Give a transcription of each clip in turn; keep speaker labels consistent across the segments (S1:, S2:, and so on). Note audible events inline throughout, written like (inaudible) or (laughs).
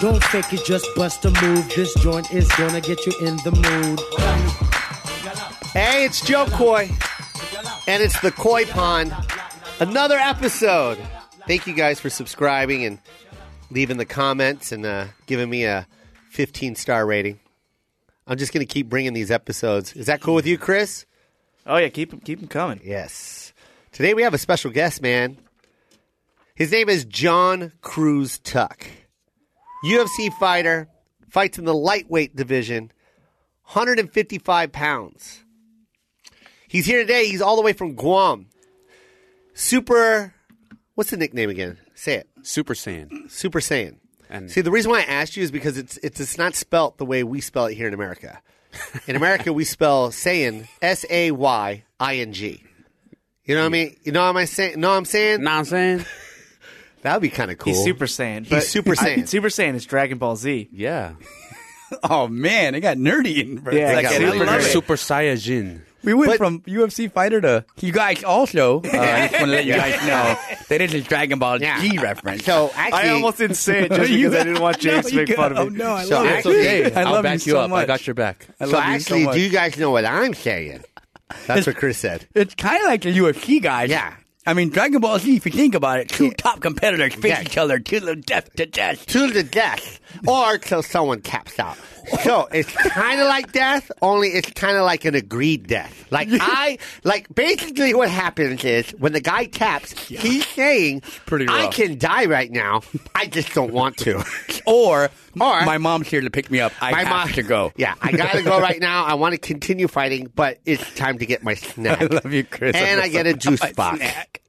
S1: Don't fake it, just bust a move. This joint is gonna get you in the mood.
S2: Hey, it's Joe Coy, and it's the Koi Pond. Another episode. Thank you guys for subscribing and leaving the comments and uh, giving me a 15 star rating. I'm just going to keep bringing these episodes. Is that cool with you, Chris?
S3: Oh yeah, keep 'em- keep 'em coming.
S2: Yes. Today we have a special guest, man. His name is John Cruz Tuck, UFC fighter, fights in the lightweight division, 155 pounds. He's here today. He's all the way from Guam. Super, what's the nickname again? Say it.
S4: Super Saiyan.
S2: Super Saiyan.
S4: And-
S2: See, the reason why I asked you is because it's it's it's not spelt the way we spell it here in America. In America, we spell Saiyan S A Y I N G. You know what I mean? You know what I'm saying? No, I'm saying
S4: Know what I'm saying?
S2: that would be kind of cool.
S3: He's Super Saiyan.
S2: He's Super Saiyan.
S3: Super Saiyan is Dragon Ball Z.
S4: Yeah.
S5: Oh man, it got nerdy in for
S3: Yeah,
S5: a
S3: it
S2: got
S5: second. I
S2: really
S5: love
S2: nerdy.
S5: it.
S4: Super Saiyajin.
S5: We went
S2: But-
S5: from UFC fighter to you guys. Also, uh, I just want to let you guys know that it is Dragon Ball
S2: Yeah.
S5: G reference. (laughs)
S2: So actually,
S3: I almost didn't say it just
S5: You
S3: because I
S5: got-
S3: didn't want James
S5: (laughs) No,
S3: to
S5: you
S3: make
S5: got-
S3: fun of
S5: Oh,
S3: it.
S5: no, I
S2: So
S5: love
S4: It's
S5: it.
S2: actually-
S4: okay.
S5: I
S4: I'll
S5: love
S4: back
S5: you
S4: you,
S5: so
S4: up. I
S5: much.
S4: got your back.
S5: I
S2: so
S5: love you so
S2: actually,
S5: much.
S2: do you guys know what I'm saying? That's what Chris said.
S5: It's kind of like the UFC guys.
S2: Yeah.
S5: I mean, Dragon Ball Z. If you think about it, two
S2: Yeah.
S5: top competitors face
S2: Yeah.
S5: each other to the death to death.
S2: To the death, or till someone caps out. So it's kind of like death, only it's kind of like an agreed death. Like I, like basically what happens is when the guy caps, he's saying,
S4: pretty
S2: "I
S4: rough.
S2: can die right now. I just don't want to."
S5: Or,
S2: Or-
S5: my mom's here to pick me up. (laughs) I
S2: My
S5: have
S2: mom-
S5: to go.
S2: (laughs) Yeah, I gotta go right now. I want to continue fighting, but it's time to get my snack.
S5: (laughs) I (laughs) love you, Chris.
S2: And
S5: (laughs) I'm
S2: I get a
S5: so-
S2: juice
S5: my
S2: box.
S5: (laughs) snack.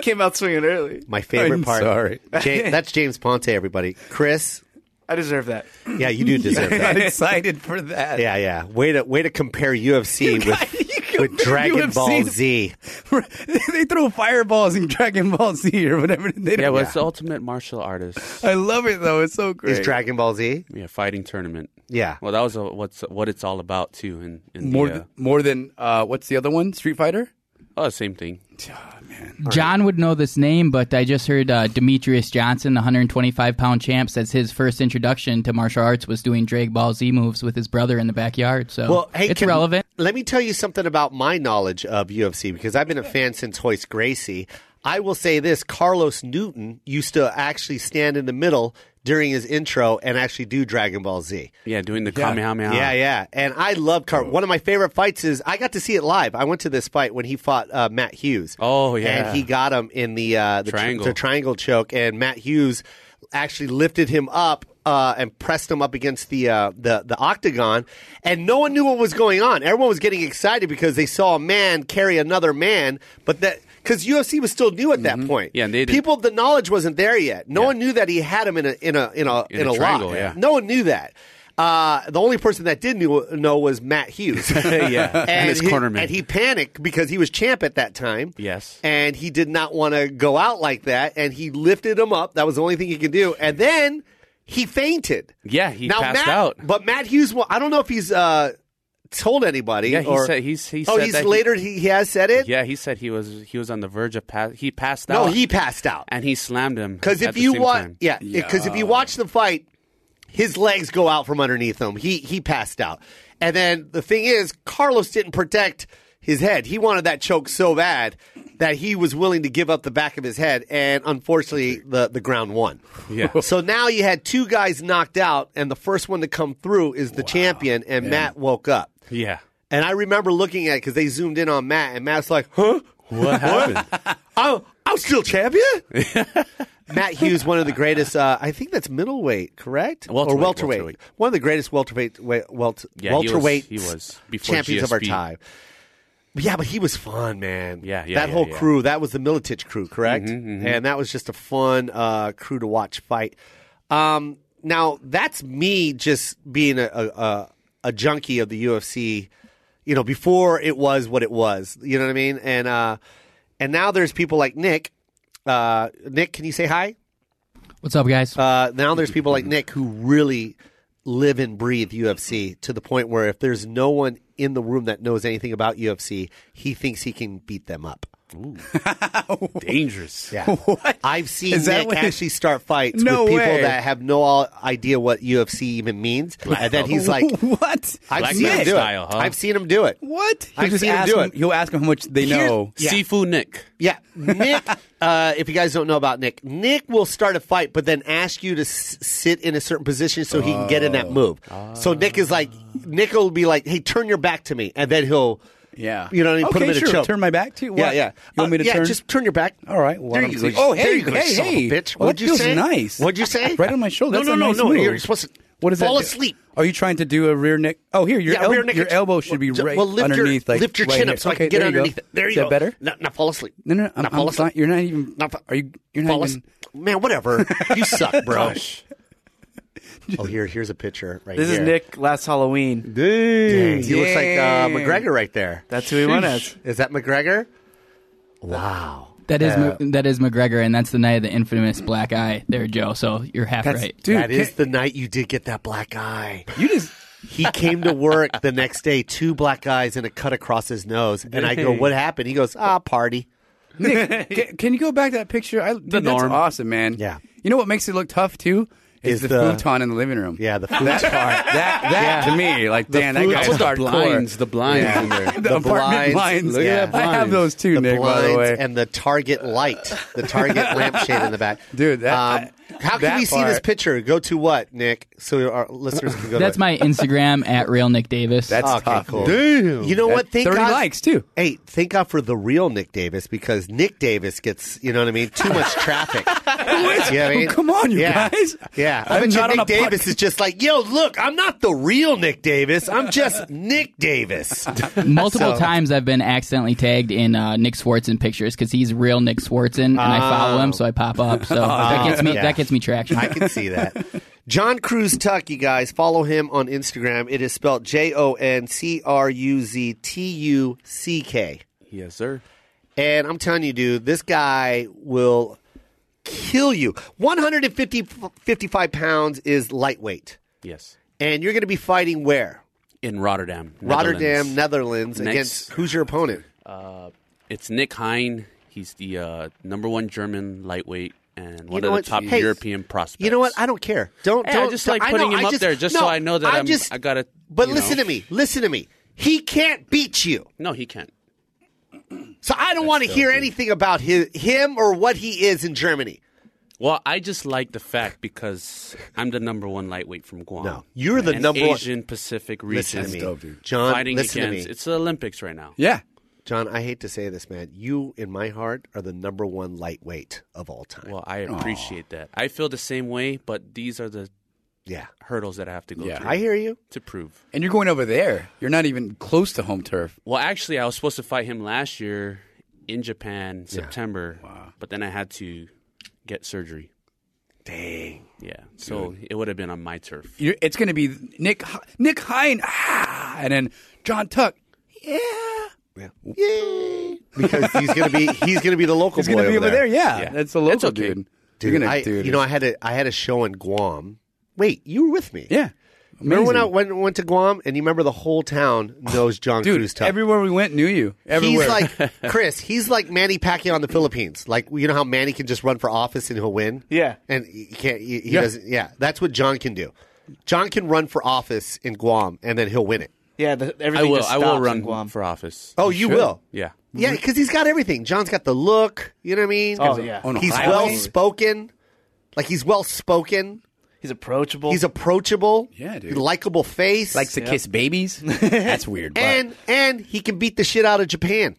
S3: Came out swinging early.
S2: My favorite
S5: I'm
S2: part.
S5: sorry. (laughs)
S2: Ja- that's James Ponte. Everybody, Chris.
S3: I deserve that.
S2: Yeah, you do
S5: (laughs)
S2: deserve that. (laughs)
S5: I'm excited for that.
S2: Yeah, yeah. Way to way to compare UFC
S5: you
S2: with
S5: compare
S2: with Dragon
S5: UFC
S2: Ball
S5: to-
S2: Z.
S5: (laughs) they throw fireballs in Dragon Ball Z or whatever. (laughs) They
S4: Yeah,
S5: don't-
S4: well, it's the ultimate martial artist.
S5: I love it though. It's so
S2: Is
S5: great.
S2: Dragon Ball Z?
S4: Yeah, fighting tournament.
S2: Yeah.
S4: Well, that was uh what's what it's all about too. In, in
S5: more
S4: the, uh,
S5: th- more than uh, what's the other one? Street Fighter.
S4: oh, same thing.
S6: John would know this name, but I just heard uh, Demetrius Johnson, the 125 pound champ, says his first introduction to martial arts was doing Dragon Ball Z moves with his brother in the backyard. So
S2: Well, hey,
S6: it's
S2: can-
S6: relevant.
S2: Let me tell you something about my knowledge of UFC because I've been a fan since Hoist Gracie. I will say this: Carlos Newton used to actually stand in the middle during his intro and actually do Dragon Ball Z.
S4: Yeah, doing the Kamehameha.
S2: Yeah, yeah. And I love
S4: Oh.
S2: Car. One of my favorite fights is I got to see it live. I went to this fight when he fought uh, Matt Hughes.
S4: Oh, yeah.
S2: and he got him in the uh, the tr-
S4: Triangle.
S2: the triangle choke, and Matt Hughes actually lifted him up. Uh, and pressed him up against the, uh, the the octagon, and no one knew what was going on. Everyone was getting excited because they saw a man carry another man, but that because UFC was still new at that point.
S4: Mm-hmm. Yeah, and they didn't-
S2: people, the knowledge wasn't there yet. No one knew that he had him in a in a in a in,
S4: a
S2: a,
S4: triangle,
S2: lock.
S4: yeah.
S2: No one knew that. Uh, the only person that did knew, know was Matt
S4: (laughs)
S2: Hughes. yeah, and,
S4: his
S2: he,
S4: cornerman.
S2: And he panicked because he was champ at that time.
S4: Yes.
S2: and he did not want to go out like that. And he lifted him up. That was the only thing he could do. And then he fainted.
S4: Yeah, he
S2: now,
S4: passed
S2: Matt,
S4: out.
S2: But Matt Hughes, well, I don't know if he's uh, told anybody.
S4: Yeah, he
S2: or-
S4: said- he's- he
S2: oh,
S4: said
S2: he's
S4: that he-
S2: later. He, he has said it.
S4: Yeah, he said he was he was on the verge of pass. He passed
S2: no,
S4: out.
S2: he passed out.
S4: and he slammed him.
S2: Because
S4: at
S2: if
S4: the
S2: you
S4: same
S2: watch,
S4: time.
S2: yeah, because if you watch the fight, his legs go out from underneath him. He he passed out, and then the thing is, Carlos didn't protect his head. He wanted that choke so bad that he was willing to give up the back of his head, and unfortunately, the the ground won.
S4: Yeah.
S2: (laughs) So now you had two guys knocked out, and the first one to come through is the champion, and Matt woke up.
S4: yeah.
S2: And I remember looking at it because they zoomed in on Matt, and Matt's like, huh?
S4: What happened?
S2: Oh, (laughs) I'm still champion. (laughs) Matt Hughes, one of the greatest. Uh, I think that's middleweight, correct?
S4: Welterweight,
S2: or welterweight.
S4: welterweight.
S2: One of the greatest welterweight wait, welt,
S4: Yeah, he was-
S2: welterweight
S4: he was before
S2: champions of our
S4: GSP.
S2: time. But yeah, but he was fun, man.
S4: Yeah, yeah,
S2: That
S4: yeah,
S2: whole
S4: yeah. Mm-hmm,
S2: crew. That was the Militich crew, correct? And that was just a fun uh, crew to watch fight. Um, now that's me just being a, a, a, a junkie of the UFC. You know, before it was what it was. You know what I mean? And uh, and now there's people like Nick. Uh, Nick, can you say hi?
S6: What's up, guys?
S2: Uh, now there's people
S5: Mm-hmm.
S2: like Nick who really live and breathe UFC to the point where if there's no one in the room that knows anything about UFC, he thinks he can beat them up.
S4: Dangerous.
S2: Yeah.
S5: (laughs) What?
S2: (laughs) I've seen
S5: Is that
S2: Nick
S5: what-
S2: actually start fights
S5: No
S2: with people
S5: way.
S2: that have no all- idea what UFC even means. And then he's
S5: (laughs)
S2: like,
S5: what?
S2: I've
S4: Black
S2: seen
S4: man
S2: him do
S4: style,
S2: it.
S4: huh?
S2: I've seen him do it.
S5: What?
S2: I've seen him
S5: ask
S2: do
S5: him-
S2: it.
S5: He'll ask him how much they know.
S4: Sifu Nick.
S2: Yeah. Nick, (laughs) uh, if you guys don't know about Nick, Nick will start a fight, but then ask you to s- sit in a certain position so he can get in
S5: Oh.
S2: that move.
S5: Ah.
S2: So Nick is like, Nick will be like, hey, turn your back to me. And then he'll,
S5: Yeah.
S2: you know what I mean? Put
S5: Okay,
S2: him in
S5: sure.
S2: a choke.
S5: Turn my back to you?
S2: Yeah,
S5: What?
S2: yeah.
S5: You want
S2: Uh,
S5: me to
S2: yeah,
S5: turn?
S2: just turn your back.
S5: All right. Well,
S2: there
S5: I'm
S2: you
S5: gonna-
S2: go.
S5: Oh, hey,
S2: there you go,
S5: hey,
S2: son of a
S5: hey.
S2: bitch.
S5: Well,
S2: What'd
S5: that
S2: you
S5: feels
S2: say?
S5: nice.
S2: What'd you say?
S5: (laughs) Right on my shoulder.
S2: No,
S5: That's
S2: no,
S5: a
S2: no,
S5: nice
S2: no.
S5: move.
S2: You're supposed to
S5: What is
S2: fall
S5: that?
S2: asleep.
S5: Are you trying to do a rear neck? Oh, here, your,
S2: yeah,
S5: el-
S2: rear naked.
S5: your elbow should be
S2: Ju-
S5: right
S2: well, lift
S5: underneath.
S2: Your,
S5: like,
S2: lift your
S5: right
S2: chin
S5: here.
S2: up so I can
S5: Okay,
S2: get
S5: there you go.
S2: underneath it. There you
S5: Is
S2: go.
S5: that better?
S2: Now, now fall asleep.
S5: No, no, I'm,
S2: now fall
S5: I'm fine.
S2: asleep.
S5: You're not even.
S2: Now fa-
S5: Are you? You're
S2: fall
S5: not even.
S2: asleep. Man, whatever. You suck,
S5: (laughs)
S2: bro. (laughs) oh, here, here's a picture right
S3: This
S2: here.
S3: is Nick last Halloween.
S2: Dang, He looks like uh,
S5: Dang.
S2: McGregor right there.
S3: That's who he went as.
S2: Is that McGregor? Wow.
S6: That is
S2: Yeah.
S6: Ma- that is McGregor, and that's the night of the infamous black eye. There, Joe. So you're
S2: (laughs)
S6: half
S5: That's
S6: right.
S5: dude.
S2: that is
S5: can-
S2: the night you did get that black eye. (laughs)
S5: you just.
S2: He came to work the next day, two black eyes and a cut across his nose. And I go, What happened? He goes, Ah, party.
S5: Nick, can, can you go back to that picture? I, dude, that's
S4: norm.
S5: awesome, man.
S2: Yeah.
S5: You know what makes it look tough too is,
S2: Is
S5: the,
S2: the-
S5: futon in the living room.
S2: Yeah, (laughs) the food
S5: That part, that that to me, like damn, that
S2: food-
S5: guy's
S2: With
S4: the
S5: hardcore.
S4: blinds. The blinds in there.
S5: (laughs) the, apartment blinds.
S2: Look at that
S5: I have
S4: blinds.
S5: those too,
S2: the
S5: Nick. By the
S2: blinds
S5: way,
S2: and the target light, the
S5: (laughs)
S2: target lampshade in the back, Um,
S5: Dude, that-
S2: how can
S5: that
S2: we see this
S5: part-
S2: picture? Go to what, Nick? So our listeners can go.
S6: That's
S2: to it. (laughs)
S6: my Instagram at real Nick Davis.
S5: that's
S2: Okay,
S5: tough.
S2: cool.
S5: Dude.
S2: You know what? Thank
S5: Thirty
S2: God.
S5: likes too.
S2: Hey, thank God for the real Nick Davis because Nick Davis gets, you know what I mean, too
S5: (laughs)
S2: much traffic. You know what I mean?
S5: Oh, (laughs) come on, you
S2: yeah.
S5: guys.
S2: Yeah. I
S5: I'm
S2: bet you
S5: not on
S2: Nick
S5: a pod-
S2: Davis is just like, yo, look, I'm not the real Nick Davis. I'm
S5: (laughs)
S2: just Nick Davis.
S6: Uh, Multiple
S2: So-
S6: times I've been accidentally tagged in uh, Nick Swartzen pictures because he's real Nick Swartzen, and I follow him, so I pop
S2: (laughs)
S6: up. So that gets me
S2: Oh. yeah.
S6: that gets me traction.
S2: I can see that. John Cruz Tuck, you guys, follow him on Instagram. It is spelled J O N C R U Z T U C K.
S4: Yes, sir.
S2: And I'm telling you, dude, this guy will kill you. 150 55 pounds is lightweight.
S4: Yes.
S2: And you're going to be fighting where?
S4: In Rotterdam.
S2: Rotterdam,
S4: Netherlands.
S2: Netherlands,
S4: Next.
S2: against who's your opponent?
S4: It's Nick Hein. He's the uh, number one German lightweight and one
S2: know
S4: of
S2: what?
S4: the top
S2: Hey,
S4: European prospects.
S2: You know what? I don't care. Don't,
S4: Hey,
S2: don't
S4: I just like
S2: I know,
S4: putting him
S2: I
S4: up
S2: just-
S4: there just
S2: no,
S4: so I know that
S2: I
S4: I'm,
S2: just
S4: I gotta.
S2: But
S4: you
S2: listen
S4: know.
S2: to me. Listen to me. He can't beat you.
S4: No, he can't.
S2: So I don't want to
S4: still
S2: hear
S4: good.
S2: anything about his, him or what he is in Germany.
S4: Well, I just like the fact because I'm the number one lightweight from Guam.
S2: No, you're the
S4: An
S2: number one-
S4: Asian Pacific region.
S2: Listen to me,
S5: dope, dude.
S2: John.
S4: fighting
S2: listen
S4: against.
S2: to me,
S4: It's the Olympics right now.
S5: Yeah.
S2: John. I hate to say this, man. You, in my heart, are the number one lightweight of all time.
S4: Well, I appreciate that. I feel the same way, but these are the
S2: yeah,
S4: hurdles that I have to go
S5: Yeah.
S4: through
S2: I hear you.
S4: to prove.
S5: And you're going over there. You're not even close to home turf.
S4: Well, actually, I was supposed to fight him last year in Japan, September. But then I had to get surgery.
S2: Dang.
S4: Yeah, so it would have been on my turf.
S5: You're, it's going to be Nick H- Nick Hine, ah, and then John Tuck. Yeah.
S2: Yeah. Yay! Because he's gonna be he's gonna be the local
S5: He's
S2: boy
S5: going to be over there. Yeah.
S4: Yeah.
S5: That's a local
S4: That's okay.
S5: dude.
S2: Dude,
S5: you're gonna,
S2: I,
S5: dude,
S2: you know, I had a I had a show in Guam. Wait, you were with me?
S5: Yeah.
S2: Remember when I
S5: Amazing.
S2: went, went to Guam and you remember the whole town knows John
S5: Dude,
S2: Cruz Tuck.
S5: everywhere we went knew you. Everywhere.
S2: He's like Chris. He's like Manny Pacquiao in the Philippines. Like you know how Manny can just run for office and he'll win.
S3: Yeah.
S2: and he can't. He, he
S5: Yeah.
S2: doesn't. Yeah, that's what John can do. John can run for office in Guam and then he'll win it.
S3: Yeah, the,
S4: I
S3: everything
S4: will.
S3: just
S4: I will
S3: stops in
S4: run
S3: Guam.
S4: for office.
S2: Oh, you will.
S4: Yeah.
S2: yeah, because he's got everything. John's got the look. You know what I mean?
S3: Oh, yeah.
S5: on a
S2: he's
S5: highway.
S2: well spoken. Like he's well spoken.
S3: He's approachable.
S2: He's approachable.
S5: Yeah, dude.
S2: Likable face.
S5: likes to
S2: (laughs)
S5: kiss babies. That's weird. But
S2: and and he can beat the shit out of
S5: (laughs)
S2: Japan.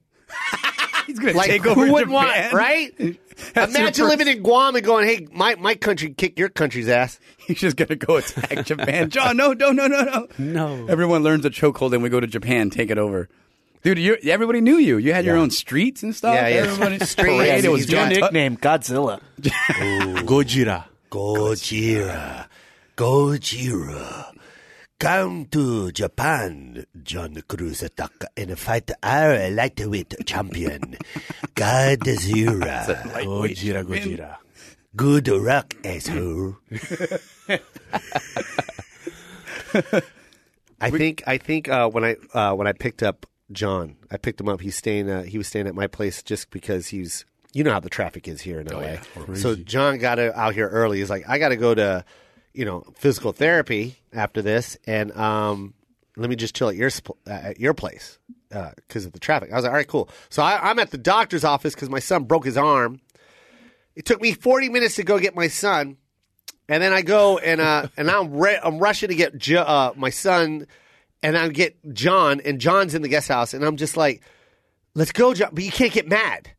S5: he's going
S2: Like who would want right?
S5: (laughs)
S2: Imagine living in Guam and going, "Hey, my, my country kick your country's ass."
S5: He's just going to go (laughs) attack Japan. John, no, no, no, no, no.
S4: No.
S5: Everyone learns a chokehold, and we go to Japan, take it over. Dude, you everybody knew you. You had your own streets and stuff.
S2: Yeah, yeah. (laughs)
S5: Everybody
S2: Streets.
S5: parade. It was
S2: He's
S5: John
S3: Your
S2: got-
S5: Tuck.
S3: nickname, Godzilla.
S4: Gojira.
S2: Gojira, Gojira, come to Japan, John Cruz Ataka, and fight our lightweight champion, Godzilla.
S4: Gojira. Gojira.
S2: Good luck, asshole. I think I think uh, when I uh, when I picked up John. I picked him up. He's staying. Uh, he was staying at my place just because he's. You know how the traffic is here in LA. so John got uh, out here early. He's like, I got to go to, you know, physical therapy after this, and um, let me just chill at your sp- uh, at your place because of the traffic. I was like, all right, cool. So I, I'm at the doctor's office because my son broke his arm. It took me 40 minutes to go get my son. And then I go and uh, and I'm re- I'm rushing to get jo- uh, my son, and I get John, and John's in the guest house, and I'm just like, "Let's go, John!" But you can't get mad. I'm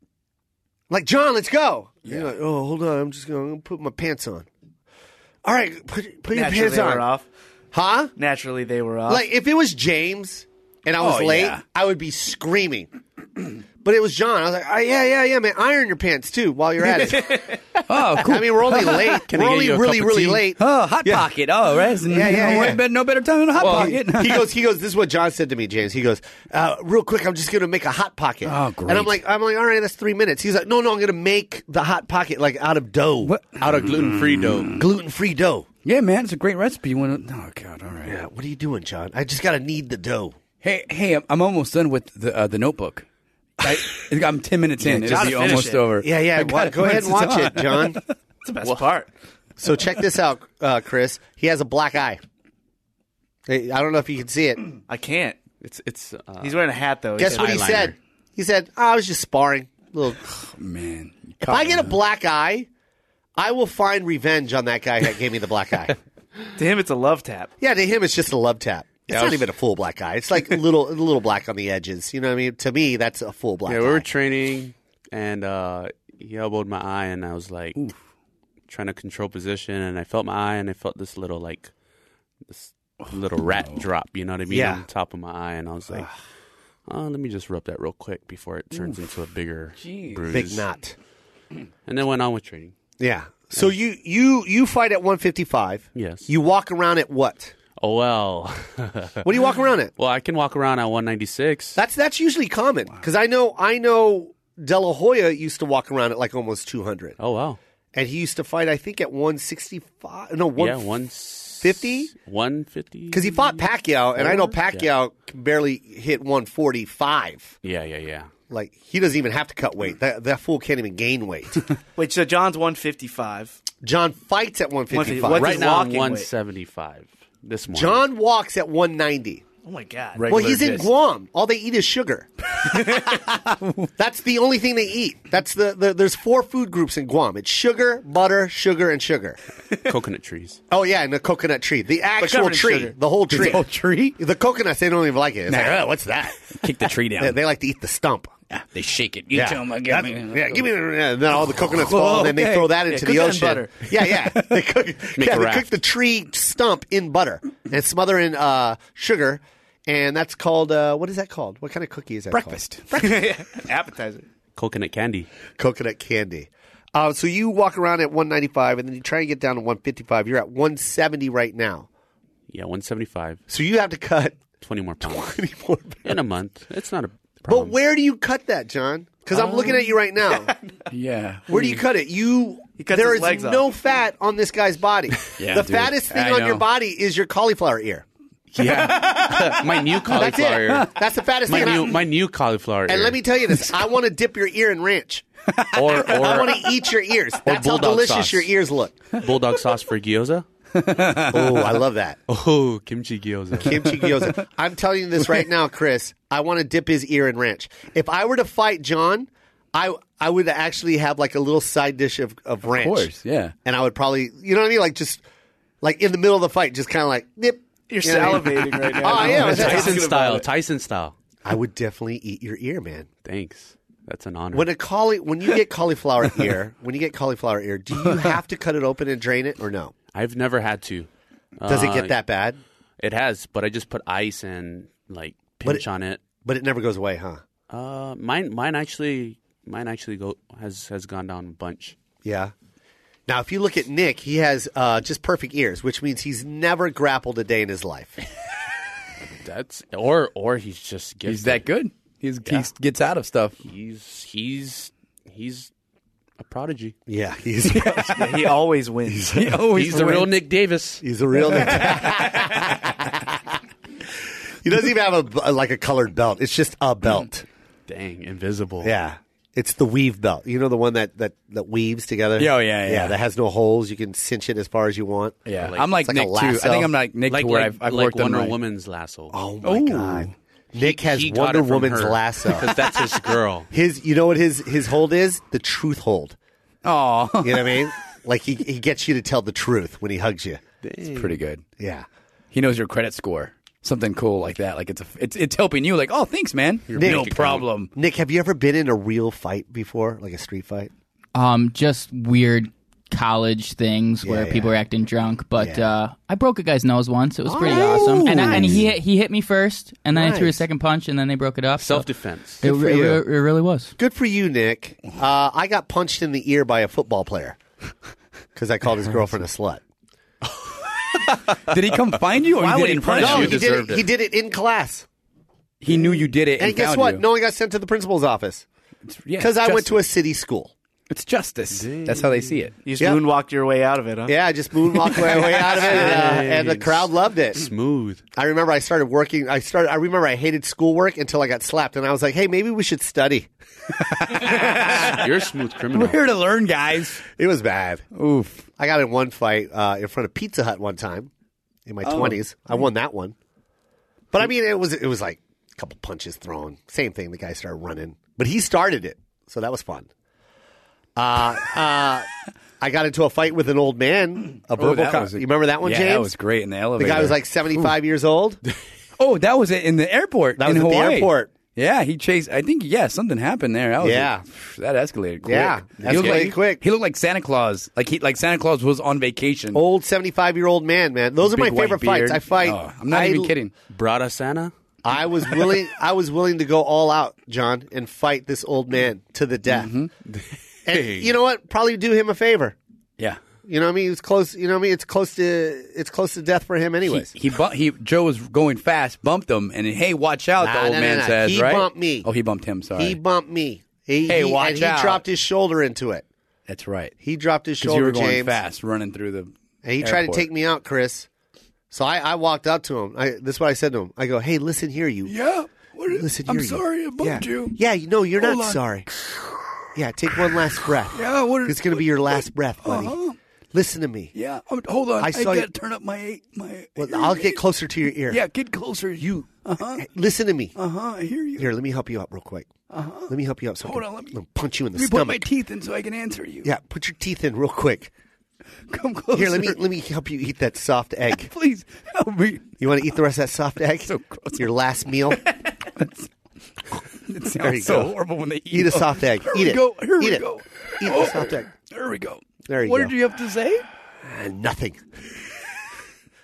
S2: like John, let's go. You're like, oh, hold on, I'm just gonna, I'm gonna put my pants on. All right, put put your
S3: Naturally,
S2: pants
S3: they
S2: on,
S3: were off.
S2: huh?
S3: Naturally, they were off.
S2: Like if it was James and I was
S5: Oh,
S2: late,
S5: yeah.
S2: I would be screaming. (clears throat) but it was John. I was like, oh, yeah, yeah, yeah, man. Iron your pants too while you're at it.
S5: Oh,
S2: (laughs)
S5: cool.
S2: I mean, we're only late.
S4: I
S2: we're
S4: get
S2: only
S4: you a
S2: really,
S4: cup of
S2: really
S4: tea?
S2: late. (laughs)
S5: Oh, hot pocket. Oh, right.
S2: Yeah, yeah,
S5: no,
S2: yeah.
S5: bet- no better time than a hot
S2: he,
S5: (laughs) pocket.
S2: he goes, he goes. This is what John said to me, James. He goes, uh, real quick. I'm just gonna make a hot pocket.
S5: Oh, great.
S2: And I'm like, I'm like, all right, that's three minutes. He's like, no, no, I'm gonna make the hot pocket like out of dough,
S5: What?
S4: Out of gluten free dough.
S2: gluten free dough.
S5: yeah, man, it's a great recipe. You want to? Oh God, all right.
S2: Yeah, what are you doing, John? I just gotta need the dough.
S5: Hey, hey, I'm, I'm almost done with the uh, the Notebook. I, (laughs) I'm ten minutes in. It'll
S4: gotta
S5: be
S4: finish
S5: almost
S4: it.
S5: over.
S2: Yeah, yeah.
S5: I
S2: wa-
S5: gotta
S2: go ahead and
S5: once
S2: watch
S5: it's
S2: it,
S5: on.
S2: John.
S3: That's the best part.
S2: So check this out, uh, Chris. He has a black eye. Hey, I don't know if you can see it.
S3: I can't.
S4: (laughs) It's it's. Uh,
S3: He's wearing a hat though.
S2: Guess what he
S4: Eyeliner.
S2: said? He said, oh, "I was just sparring." Little.
S5: Man,
S2: If I get a black eye, I will find revenge on that guy that gave me the black
S4: (laughs)
S2: eye.
S3: what? To him, it's a love tap.
S2: Yeah, to him, it's just a love tap. It's not even a full black eye. It's like a little, a little black on the edges. You know what I mean? To me, that's a full black
S4: yeah, we were
S2: eye.
S4: training, and uh, he elbowed my eye, and I was like trying to control position, and I felt my eye, and I felt this little like this little
S2: (sighs)
S4: rat drop. You know what I mean?
S2: Yeah.
S4: On top of my eye, and I was like. Oh, let me just rub that real quick before it turns into a bigger bruise.
S2: Big knot.
S4: And then went on with training.
S2: Yeah. So you, you, you fight at 155.
S4: Yes.
S2: You walk around at what?
S4: Oh well.
S2: What do you walk around at?
S4: (laughs) well, I can walk around at 196.
S2: That's that's usually common because I know I know De La Hoya used to walk around at like almost 200,
S4: oh wow.
S2: and he used to fight I think at 165. No, one,
S4: yeah, 150. 150.
S2: because he fought Pacquiao, and I know Pacquiao can barely hit 145.
S4: Yeah, yeah, yeah.
S2: Like he doesn't even have to cut weight. That that fool can't even gain weight.
S3: Wait, so John's 155.
S2: John fights at 155.
S3: What's
S4: right
S3: his
S4: now I'm
S3: walking weight?
S4: 175 this morning.
S2: John walks at 190.
S3: Oh my god. (laughs)
S5: Right.
S2: Well, he's in
S5: Regular disc.
S2: Guam. All they eat is sugar. That's the only thing they eat. That's the, the there's four food groups in Guam. It's sugar, butter, sugar, and sugar.
S4: coconut trees.
S2: Oh yeah, and the coconut tree, the actual
S3: covered in
S2: tree,
S3: sugar.
S2: the whole tree.
S5: the whole tree.
S2: The coconuts they don't even like it. It's like, oh, what's that?
S5: Kick the tree down.
S2: They, they like to eat the stump.
S5: Ah, they shake it. You
S2: Yeah.
S5: tell 'em I got me.
S2: Yeah, give me the, yeah, and then all the coconuts fall, and then they
S5: okay.
S2: throw that
S5: Yeah,
S2: into
S3: cook
S2: the
S3: that in
S2: ocean.
S3: butter.
S2: (laughs) Yeah, yeah.
S5: (laughs)
S2: They cook, yeah,
S4: a
S2: they
S4: raft.
S2: cook the tree stump in butter and smother in uh, sugar, and that's called uh, what is that called? What kind of cookie is that? called?
S5: Breakfast.
S3: Appetizer.
S4: Coconut candy.
S2: coconut candy. Uh, so you walk around at 195, and then you try and get down to 155. You're at 170 right now.
S4: Yeah, 175.
S2: So you have to (laughs) cut
S4: 20 more pounds
S2: 20 more.
S4: in a month. It's not a
S2: But
S5: Um,
S4: problem.
S2: where do you cut that, John? Because I'm looking at you right
S5: (laughs)
S2: now.
S5: (laughs) Yeah.
S2: Where do you cut it? You
S3: cuts
S2: there
S3: his
S2: is
S3: legs off.
S2: no fat on this guy's
S4: (laughs)
S2: body.
S5: Yeah,
S2: the
S5: dude.
S2: fattest thing
S5: I
S2: on
S5: know.
S2: your body is your cauliflower ear.
S4: Yeah. my
S2: (laughs)
S4: new
S2: That's
S4: cauliflower. ear.
S2: it. That's the fattest
S4: My
S2: thing.
S4: new
S2: I-
S4: my new cauliflower.
S2: and
S4: ear.
S2: let me tell you this: I want to dip your ear in ranch.
S4: or
S2: (laughs) I
S4: or
S2: want to eat your ears. That's how
S4: bulldog
S2: delicious
S4: sauce.
S2: your ears look.
S4: bulldog sauce for gyoza.
S2: Oh, I love
S4: (laughs)
S2: that.
S4: Oh, kimchi gyoza.
S2: kimchi gyoza. I'm telling you this right now, Chris. I want to dip his ear in ranch. If I were to fight John, I I would actually have like a little side dish of, of ranch.
S5: course, yeah.
S2: And I would probably, you know what I mean, like just like in the middle of the fight, just kind of like nip.
S3: You're
S2: You know what I mean?
S3: salivating right
S2: (laughs) Oh,
S3: now. (laughs)
S2: I am.
S4: Tyson
S3: Talking about
S4: style.
S3: it.
S4: Tyson style.
S2: I would definitely eat your ear, man.
S4: Thanks. That's an honor.
S2: When a cauli- when you get cauliflower ear, when you get cauliflower ear, do you have to cut it open and drain it or no?
S4: I've never had to.
S2: Does it
S4: Uh,
S2: get that bad?
S4: It has, but I just put ice and like pinch
S2: it-
S4: on it.
S2: But it never goes away, huh?
S4: Uh, mine, mine actually, mine actually go has has gone down a bunch.
S2: Yeah. Now, if you look at Nick, he has uh, just perfect ears, which means he's never grappled a day in his life.
S4: That's or or he's just gets
S5: (laughs) He's that good. He's, He gets out of stuff.
S4: He's he's he's a prodigy.
S2: Yeah, he's
S3: Yeah, (laughs) he always wins.
S5: He
S2: Oh,
S5: always
S4: He's the real
S5: wins.
S4: Nick Davis.
S2: he's a real. he's (laughs) He doesn't even have a like a colored belt. It's just a belt.
S4: Dang, invisible.
S2: Yeah. It's the weave belt. You know the one that that, that weaves together?
S5: Yeah, oh, yeah,
S2: yeah.
S5: yeah.
S2: that has no holes. You can cinch it as far as you want.
S5: Yeah, I'm like,
S2: it's like a
S5: Nick too. I
S2: lasso.
S5: think I'm like Nick
S4: Like,
S5: to where
S4: like,
S5: I've, I've
S4: like
S5: worked
S4: Wonder
S5: on my-
S4: Woman's lasso.
S2: Oh my god. Nick has
S4: He got
S2: Wonder
S4: it from
S2: Woman's
S4: her,
S2: lasso.
S5: (laughs)
S4: Because that's his
S2: (laughs)
S4: girl.
S2: His you know what his his hold is? The truth hold.
S5: Aw,
S2: You know what I mean? Like he he gets you to tell the truth when he hugs you.
S5: (laughs) it's pretty good.
S2: Yeah.
S5: He knows your credit score, something cool like that. Like it's a, it's it's helping you. Like, oh, thanks, man.
S2: Nick.
S5: no problem.
S2: Nick, have you ever been in a real fight before? Like a street fight?
S6: Um, just weird college things where
S2: Yeah,
S6: people
S2: yeah.
S6: are acting drunk. But
S2: Yeah.
S6: uh, I broke a guy's nose once. It was pretty
S2: Oh,
S6: awesome. And, I, and
S2: nice.
S6: he hit- he hit me first, and then I threw a
S2: Nice.
S6: second punch, and then they broke it off. so
S4: Self defense.
S6: It,
S2: Good for
S6: it,
S2: you.
S6: it really was.
S2: Good for you, Nick. Uh, I got punched in the ear by a football (laughs) player because I called his girlfriend a slut.
S5: Did he come find you? Or
S3: Why
S5: you did
S3: would
S5: it
S3: he
S5: in front of
S3: punish
S2: No,
S5: you?
S3: you
S2: he did
S3: deserved
S2: it.
S3: it.
S2: He did it in class.
S5: He knew you did it, and,
S2: And guess
S5: found
S2: what?
S5: you.
S2: No one got sent to the principal's office
S5: Yeah,
S2: because I went
S5: justice.
S2: to a city school.
S5: It's justice. That's how they see it.
S3: You just
S2: (laughs) Yeah.
S3: moonwalked your way out of it, huh?
S2: Yeah, I just moonwalked my way out of it, and, uh, and the crowd loved it.
S4: Smooth.
S2: I remember I started working. I started. I remember I hated schoolwork until I got slapped, and I was like, "Hey, maybe we should study."
S4: You're a smooth criminal.
S5: to learn, guys.
S2: It was bad.
S5: Oof.
S2: I got in one fight uh, in front of Pizza Hut one time in my
S5: Oh.
S2: twenties. I won that one, but I mean, it was it was like a couple punches thrown. Same thing. The guy started running, but he started it, so that was fun. Uh, (laughs) uh, I got into a fight with an old man. A verbal.
S5: Oh, that
S2: co-
S5: was a-
S2: you remember that one,
S5: yeah,
S2: James?
S5: that was great in the
S2: the
S5: elevator.
S2: guy was like seventy-five years
S5: (laughs)
S2: old.
S5: "Oh, that was it in the airport.
S2: That was
S5: in
S2: at the
S5: Hawaii.
S2: airport.
S5: Yeah, he chased. I think yeah, something happened there. That was
S2: Yeah.
S5: that escalated. Quick.
S2: Yeah,
S5: he looked
S2: escalated
S5: like,
S2: quick.
S5: He looked like Santa Claus. Like he like Santa Claus was on vacation.
S2: Old seventy-five-year-old man, man. Those are my
S5: Big white
S2: favorite
S5: beard.
S2: fights. I fight.
S5: Oh, I'm not
S2: I-
S5: even kidding.
S4: Brada Santa?
S2: I was willing. I was willing to go all out, John, and fight this old man to the death.
S5: Mm-hmm.
S2: And you know what? Probably do him a favor.
S5: Yeah.
S2: You know what I mean? It's close. You know what I mean? It's close to it's close to death for him,
S5: He,
S2: anyways.
S5: he, bu- he Joe was going fast, bumped him, and hey, watch out!
S2: Nah,
S5: the old
S2: nah, nah,
S5: man
S2: nah.
S5: says,
S2: He
S5: right?
S2: bumped me.
S5: Oh, he bumped him. Sorry,
S2: he bumped me. He,
S5: Hey,
S2: he-
S5: watch
S2: and he
S5: out.
S2: dropped his shoulder into it.
S5: that's right.
S2: He dropped his
S5: Because
S2: shoulder,
S5: you were going
S2: James,
S5: fast, running through the.
S2: and he tried to
S5: airport.
S2: take me out, Chris. So I, I walked up to him. I, this is what I said to him. I go, "Hey, listen here, you.
S5: Yeah. What is,
S2: Listen
S5: I'm
S2: here, you-
S5: sorry I bumped
S2: yeah,
S5: you.
S2: yeah. You, no, you're
S5: Hold
S2: not
S5: on.
S2: sorry. Yeah, take one last breath.
S5: (sighs) Yeah, what is-
S2: it's going to be your last breath, buddy.
S5: Uh-huh.
S2: Listen to me.
S5: Yeah. I'm- hold on.
S2: I
S5: I,
S2: saw
S5: gotta
S2: you-
S5: turn up my my.
S2: Well, I'll get closer to your ear.
S5: Yeah, get closer. You. Uh huh.
S2: Listen to me.
S5: Uh huh. I hear you.
S2: Here, let me help you up real quick. Let me help you up. So
S5: Uh-huh. Hold
S2: I can,
S5: on, let me-
S2: I'll punch you in the
S5: Let me put my
S2: stomach.
S5: teeth in so I can answer you.
S2: yeah, put your teeth in real quick.
S5: Come closer.
S2: Here, let me let me help you eat that soft egg.
S5: Please help me.
S2: You want to eat the rest of that soft egg?
S5: (laughs) So gross.
S2: Your last
S5: (laughs)
S2: meal.
S5: It
S2: you
S5: sounds so
S2: go.
S5: horrible when they eat.
S2: Eat a soft egg.
S5: Here
S2: eat
S5: we
S2: it.
S5: go. Here
S2: eat
S5: we
S2: it.
S5: go.
S2: Eat the
S5: Oh.
S2: soft egg.
S5: There we go.
S2: There you
S5: what
S2: go.
S5: did you have to say?
S2: And nothing.
S5: (laughs)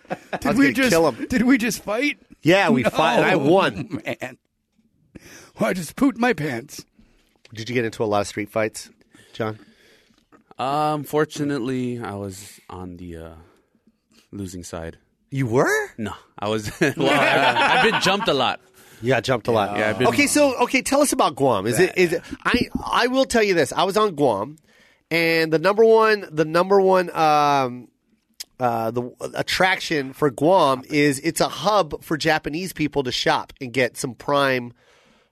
S5: Did
S2: I was
S5: we
S2: gonna
S5: just
S2: kill him.
S5: Did we just fight?
S2: Yeah, we
S5: No,
S2: fought. and I won.
S5: Man. Well, I just pooped my pants.
S2: Did you get into a lot of street fights, John?
S4: Uh, unfortunately, I was on the uh, losing side.
S2: You were?
S4: No, I was. (laughs) well, I, I've been jumped a lot.
S2: You got jumped a lot.
S4: Yeah, I've been-
S2: okay, so okay, tell us about Guam. Is it is it, I I will tell you this. I was on Guam, and the number one the number one um, uh, the attraction for Guam is it's a hub for Japanese people to shop and get some prime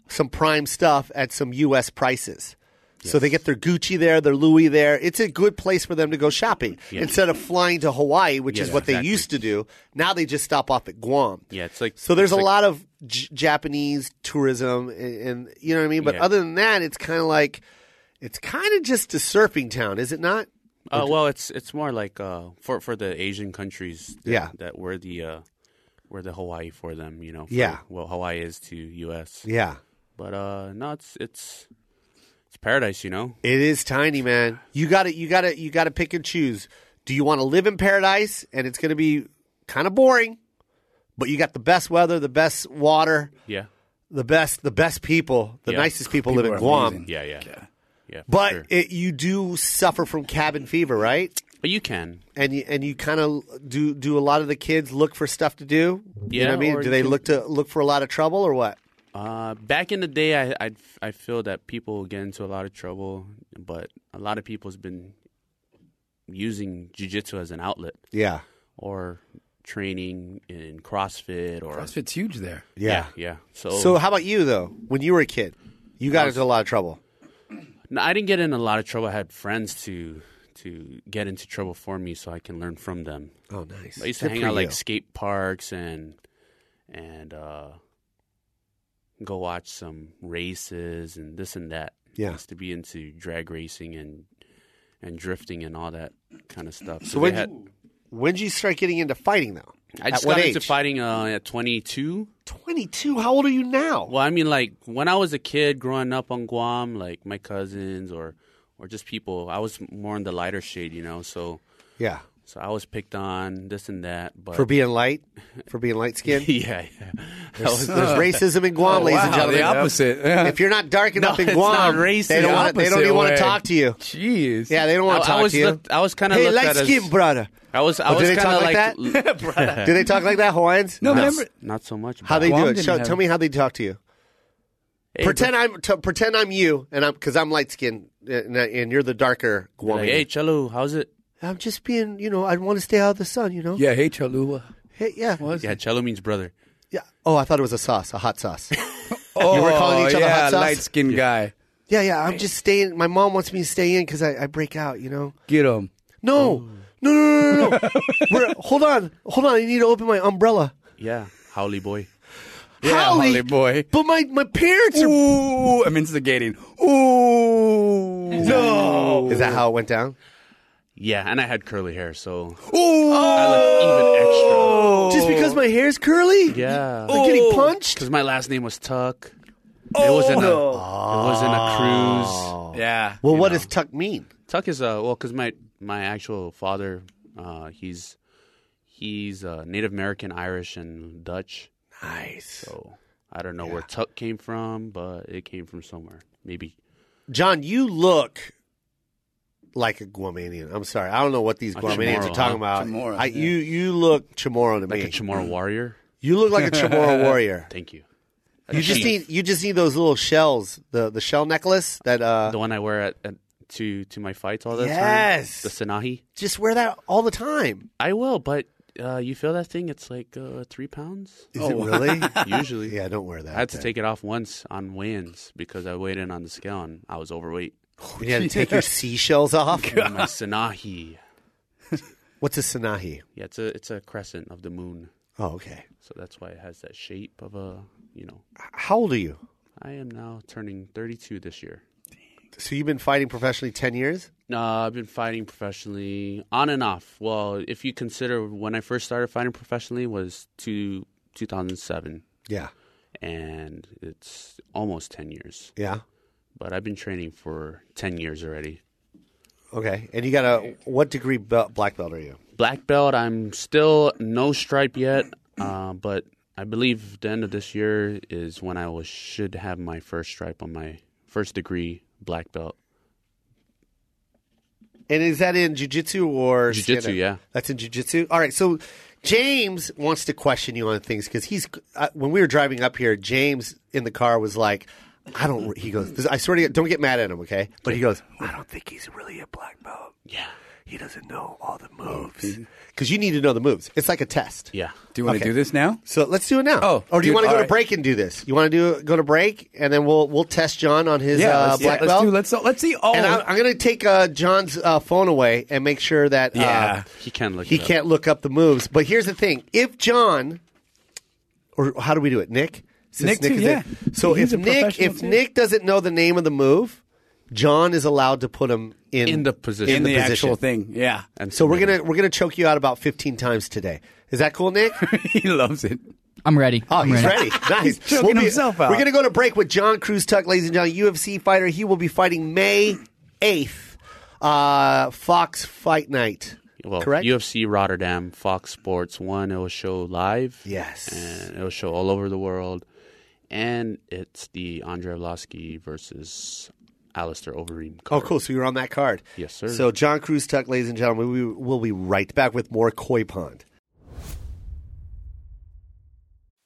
S2: some prime stuff at some U.S. prices. So they get their Gucci there, their Louis there. It's a good place for them to go shopping instead of flying to Hawaii, which is
S4: Yes,
S2: what they
S4: exactly.
S2: used to do. Now they just stop off at Guam.
S4: Yeah, it's like-
S2: so. There's
S4: it's
S2: a
S4: like-
S2: lot of J- Japanese tourism, and, and you know what I mean. But
S4: Yeah.
S2: other than that, it's kind of like it's kind of just a surfing town, is it not?
S4: Uh, well, it's it's more like uh, for for the Asian countries. That,
S2: Yeah.
S4: that were the uh, were the Hawaii for them. You know. For,
S2: Yeah.
S4: Well, Hawaii is to U.S.
S2: Yeah,
S4: But uh, no, it's it's it's paradise. You know.
S2: it is tiny, man. You got to You got to You got to pick and choose. Do you want to live in paradise, and it's going to be kind of boring, but you got the best weather, the best water,
S4: Yeah.
S2: the best the best people, the
S4: Yeah.
S2: nicest people, live
S5: are
S2: in Guam.
S5: amazing.
S4: Yeah. Yeah. Yeah. for
S2: But
S4: sure.
S2: it, you do suffer from cabin fever, right?
S4: but you can.
S2: and you, and you kind of do do a lot of the kids look for stuff to do. you
S4: Yeah,
S2: know what I mean?
S4: or
S2: Do
S4: you
S2: they
S4: can-
S2: look to look for a lot of trouble or what?
S4: Uh, back in the day, I, I I feel that people get into a lot of trouble, but a lot of people's been using jujitsu as an outlet
S2: Yeah,
S4: or training in CrossFit or
S5: CrossFit's huge there.
S4: Yeah, yeah. So,
S2: So how about you though? When you were a kid, you got into a lot of trouble.
S4: No, I didn't get in a lot of trouble. I had friends to to get into trouble for me, so I can learn from them.
S2: Oh, nice.
S4: I used to
S2: Good
S4: hang
S2: for
S4: out like
S2: you.
S4: skate parks and and uh, go watch some races and this and that.
S2: Yeah.
S4: I used to be into drag racing and and drifting and all that kind of stuff. So,
S2: when
S4: they had,
S2: When did you start getting into fighting though?
S4: I just
S2: At what
S4: got
S2: age?
S4: into fighting uh, at 22.
S2: 22. How old are you now?
S4: Well, I mean, like when I was a kid growing up on Guam, like my cousins or or just people, I was more in the lighter shade, you know. So
S2: Yeah.
S4: so I was picked on this and that, but
S2: For being light, for being light skinned.
S4: (laughs) yeah, yeah. That was-
S2: There's racism in
S4: Oh,
S2: Guam, ladies and
S5: wow,
S2: gentlemen.
S5: the opposite.
S2: If you're not dark enough in
S4: it's not
S2: Guam,
S4: racist.
S2: they don't want they don't even
S5: Opposite
S2: want to
S5: way.
S2: talk to you.
S5: Jeez.
S2: Yeah, they don't want
S4: I- I
S2: to talk
S4: was
S2: to you.
S4: looked- I was kinda
S2: hey,
S4: looked
S2: light
S4: at as-
S2: skin brother.
S4: I was
S2: Oh,
S4: I
S2: do
S4: was
S2: they
S4: kind
S2: talk
S4: of
S2: like (laughs)
S4: like,
S2: Do they talk like that, Hawaiians?
S5: No,
S4: not,
S5: remember
S4: not so much.
S2: How
S4: bro.
S2: they
S5: Guam
S2: do it?
S5: didn't
S2: Show,
S5: have-
S2: tell me how they talk to you.
S4: Hey,
S2: pretend I'm t- pretend I'm you, and I'm because I'm light skinned and, and you're the darker
S4: bro.
S2: Guamian.
S4: Like, hey, Chelo, how's it?
S2: I'm just being, you know, I want to stay out of the sun, you know.
S5: Yeah, hey, Cholula.
S2: Hey, yeah,
S4: Yeah, Chelo means brother.
S2: yeah. Oh, I thought it was a sauce, a hot sauce.
S5: Oh,
S2: were calling each other
S5: yeah,
S2: hot sauce?
S5: light skinned guy.
S2: yeah, yeah. I'm just staying. My mom wants me to stay in because I, I break out, you know.
S5: Get him. Oh.
S2: No, no, no, no, no.
S5: (laughs)
S2: no. We're, hold on, hold on. I need to open my umbrella.
S4: Yeah, Howley boy.
S5: Yeah,
S2: Holly,
S5: Holly boy.
S2: But my my parents are.
S5: Ooh, I'm instigating. Ooh. No.
S2: Is that how it went down?
S4: Yeah, and I had curly hair, so
S5: Ooh.
S4: I looked
S2: Just because my hair's curly?
S4: even extra. Yeah. Oh.
S2: Like getting punched?
S4: Because my last name was Tuck.
S2: Oh,
S4: it wasn't a. It wasn't a cruise.
S5: Yeah.
S2: Well, what does tuck mean?
S4: Tuck is a well, because my my actual father, uh, he's he's uh, Native American, Irish, and Dutch.
S2: Nice.
S4: So I don't know where Tuck came from, but it came from somewhere. Maybe
S2: John, you look like a Guamanian. I'm sorry, I don't know what these Guamanians are
S4: Chamorro,
S2: talking
S4: huh?
S2: about.
S5: Chamorro,
S2: I, You you look Chamorro to
S4: like
S2: me.
S4: a Chamorro warrior.
S2: you look like a (laughs) Chamorro warrior.
S4: Thank you.
S2: You just need you just need those little shells, the the shell necklace that uh
S4: the one I wear at, at to to my fights all the
S2: Yes.
S4: time. The Sanahi.
S2: just wear that all the time.
S4: I will, but uh, you feel that thing? It's like uh, three pounds.
S2: Is it really?
S4: Usually,
S2: Oh. (laughs) yeah, don't wear that. (laughs)
S4: I had to take it off once on weigh-ins because I weighed in on the scale and I was overweight.
S2: You had to take (laughs) your seashells off. (laughs)
S4: And my Sanahi.
S2: What's a sanahi?
S4: Yeah, it's a it's a crescent of the moon,
S2: Oh, okay.
S4: so that's why it has that shape of a you know.
S2: How old are you?
S4: I am now turning 32 this year.
S2: So you've been fighting professionally ten years?
S4: No, I've been fighting professionally on and off. Well, if you consider when I first started fighting professionally was two, 2007
S2: Yeah.
S4: and it's almost 10 years.
S2: Yeah.
S4: But I've been training for 10 years already.
S2: Okay. And you got a what degree bel- black belt are you?
S4: Black belt, I'm still no stripe yet, uh, but I believe the end of this year is when I will, should have my first stripe on my first degree black belt.
S2: And is that in jujitsu or
S4: Jiu-jitsu,
S2: stand-up?
S4: yeah.
S2: That's in jujitsu. All right. So James wants to question you on things because he's uh, when we were driving up here, James in the car was like, "I don't." re- He goes, this- "I swear to you, don't get mad at him, okay?" But he goes, "I don't think he's really a black belt.
S4: Yeah.
S2: He doesn't know all the moves because you need to know the moves. It's like a test."
S4: Yeah.
S5: Do you want to
S2: Okay.
S5: do this now?
S2: So let's do it now.
S5: Oh,
S2: or do you
S5: dude,
S2: want to go
S5: all
S2: to
S5: right.
S2: break and do this? You want to do go to break and then we'll we'll test John on his uh,
S5: let's,
S2: black
S5: let's
S2: belt.
S5: do. Let's let's see Oh, all.
S2: and I,
S5: of-
S2: I'm going to take uh, John's uh, phone away and make sure that uh,
S5: Yeah.
S4: He can look
S2: he
S4: it up.
S2: can't look up the moves. But here's the thing: if John, or how do we do it, Nick? Since
S5: Nick, too,
S2: is
S5: yeah.
S2: in. So
S5: He's
S2: if
S5: a
S2: Nick,
S5: professional,
S2: if
S5: too.
S2: Nick doesn't know the name of the move, John is allowed to put him in
S4: In the position.
S5: in
S2: the
S5: the,
S2: position.
S5: actual thing. Yeah.
S4: And
S2: So we're
S4: submit it.
S2: gonna we're gonna choke you out about 15 times today. Is that cool, Nick?
S5: (laughs) he loves it.
S6: I'm ready.
S2: Oh,
S6: I'm
S2: he's
S5: (laughs)
S2: ready. Nice.
S5: choking
S2: be-
S5: himself out.
S2: We're going to go to break with John Cruz Tuck, ladies and gentlemen, UFC fighter. He will be fighting May 8th, uh, Fox Fight Night.
S4: Well,
S2: Correct?
S4: UFC Rotterdam, Fox Sports One. It will show live.
S2: Yes.
S4: and it will show all over the world. And it's the Andre Arlovsky versus Alistair Overeem.
S2: Oh,
S4: Card.
S2: cool. So you're on that card.
S4: Yes, sir.
S2: So, John Cruz Tuck, ladies and gentlemen, we will be right back with more Koi Pond.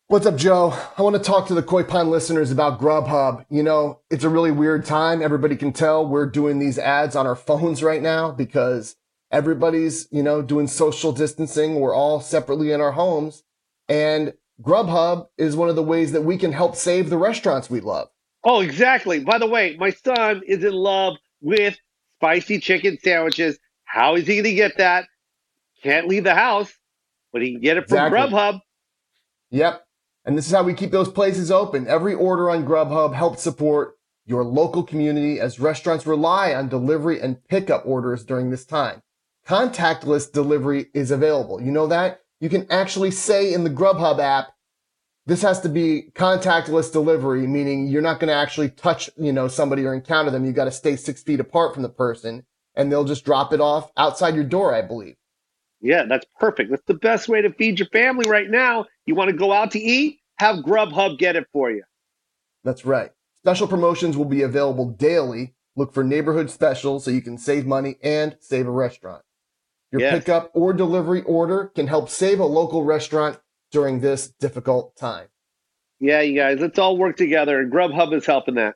S7: What's up, Joe? I want to talk to the Koi Pond listeners about Grubhub. You know, it's a really weird time. Everybody can tell we're doing these ads on our phones right now because Everybody's, you know, doing social distancing. We're all separately in our homes. And Grubhub is one of the ways that we can help save the restaurants we love.
S2: Oh, exactly. By the way, my son is in love with spicy chicken sandwiches. How is he going to get that? Can't leave the house, but he can get it from
S7: Exactly.
S2: Grubhub.
S7: Yep. And this is how we keep those places open. Every order on Grubhub helps support your local community as restaurants rely on delivery and pickup orders during this time. Contactless delivery is available. You know that? You can actually say in the Grubhub app, this has to be contactless delivery, meaning you're not going to actually touch, you know, somebody or encounter them. You got to stay six feet apart from the person and they'll just drop it off outside your door, I believe.
S2: Yeah, that's perfect. That's the best way to feed your family right now. You want to go out to eat? Have Grubhub get it for you.
S7: That's right. Special promotions will be available daily. Look for neighborhood specials so you can save money and save a restaurant. Your
S2: Yes.
S7: pickup or delivery order can help save a local restaurant during this difficult time.
S2: Yeah, you guys, let's all work together, and Grubhub is helping that.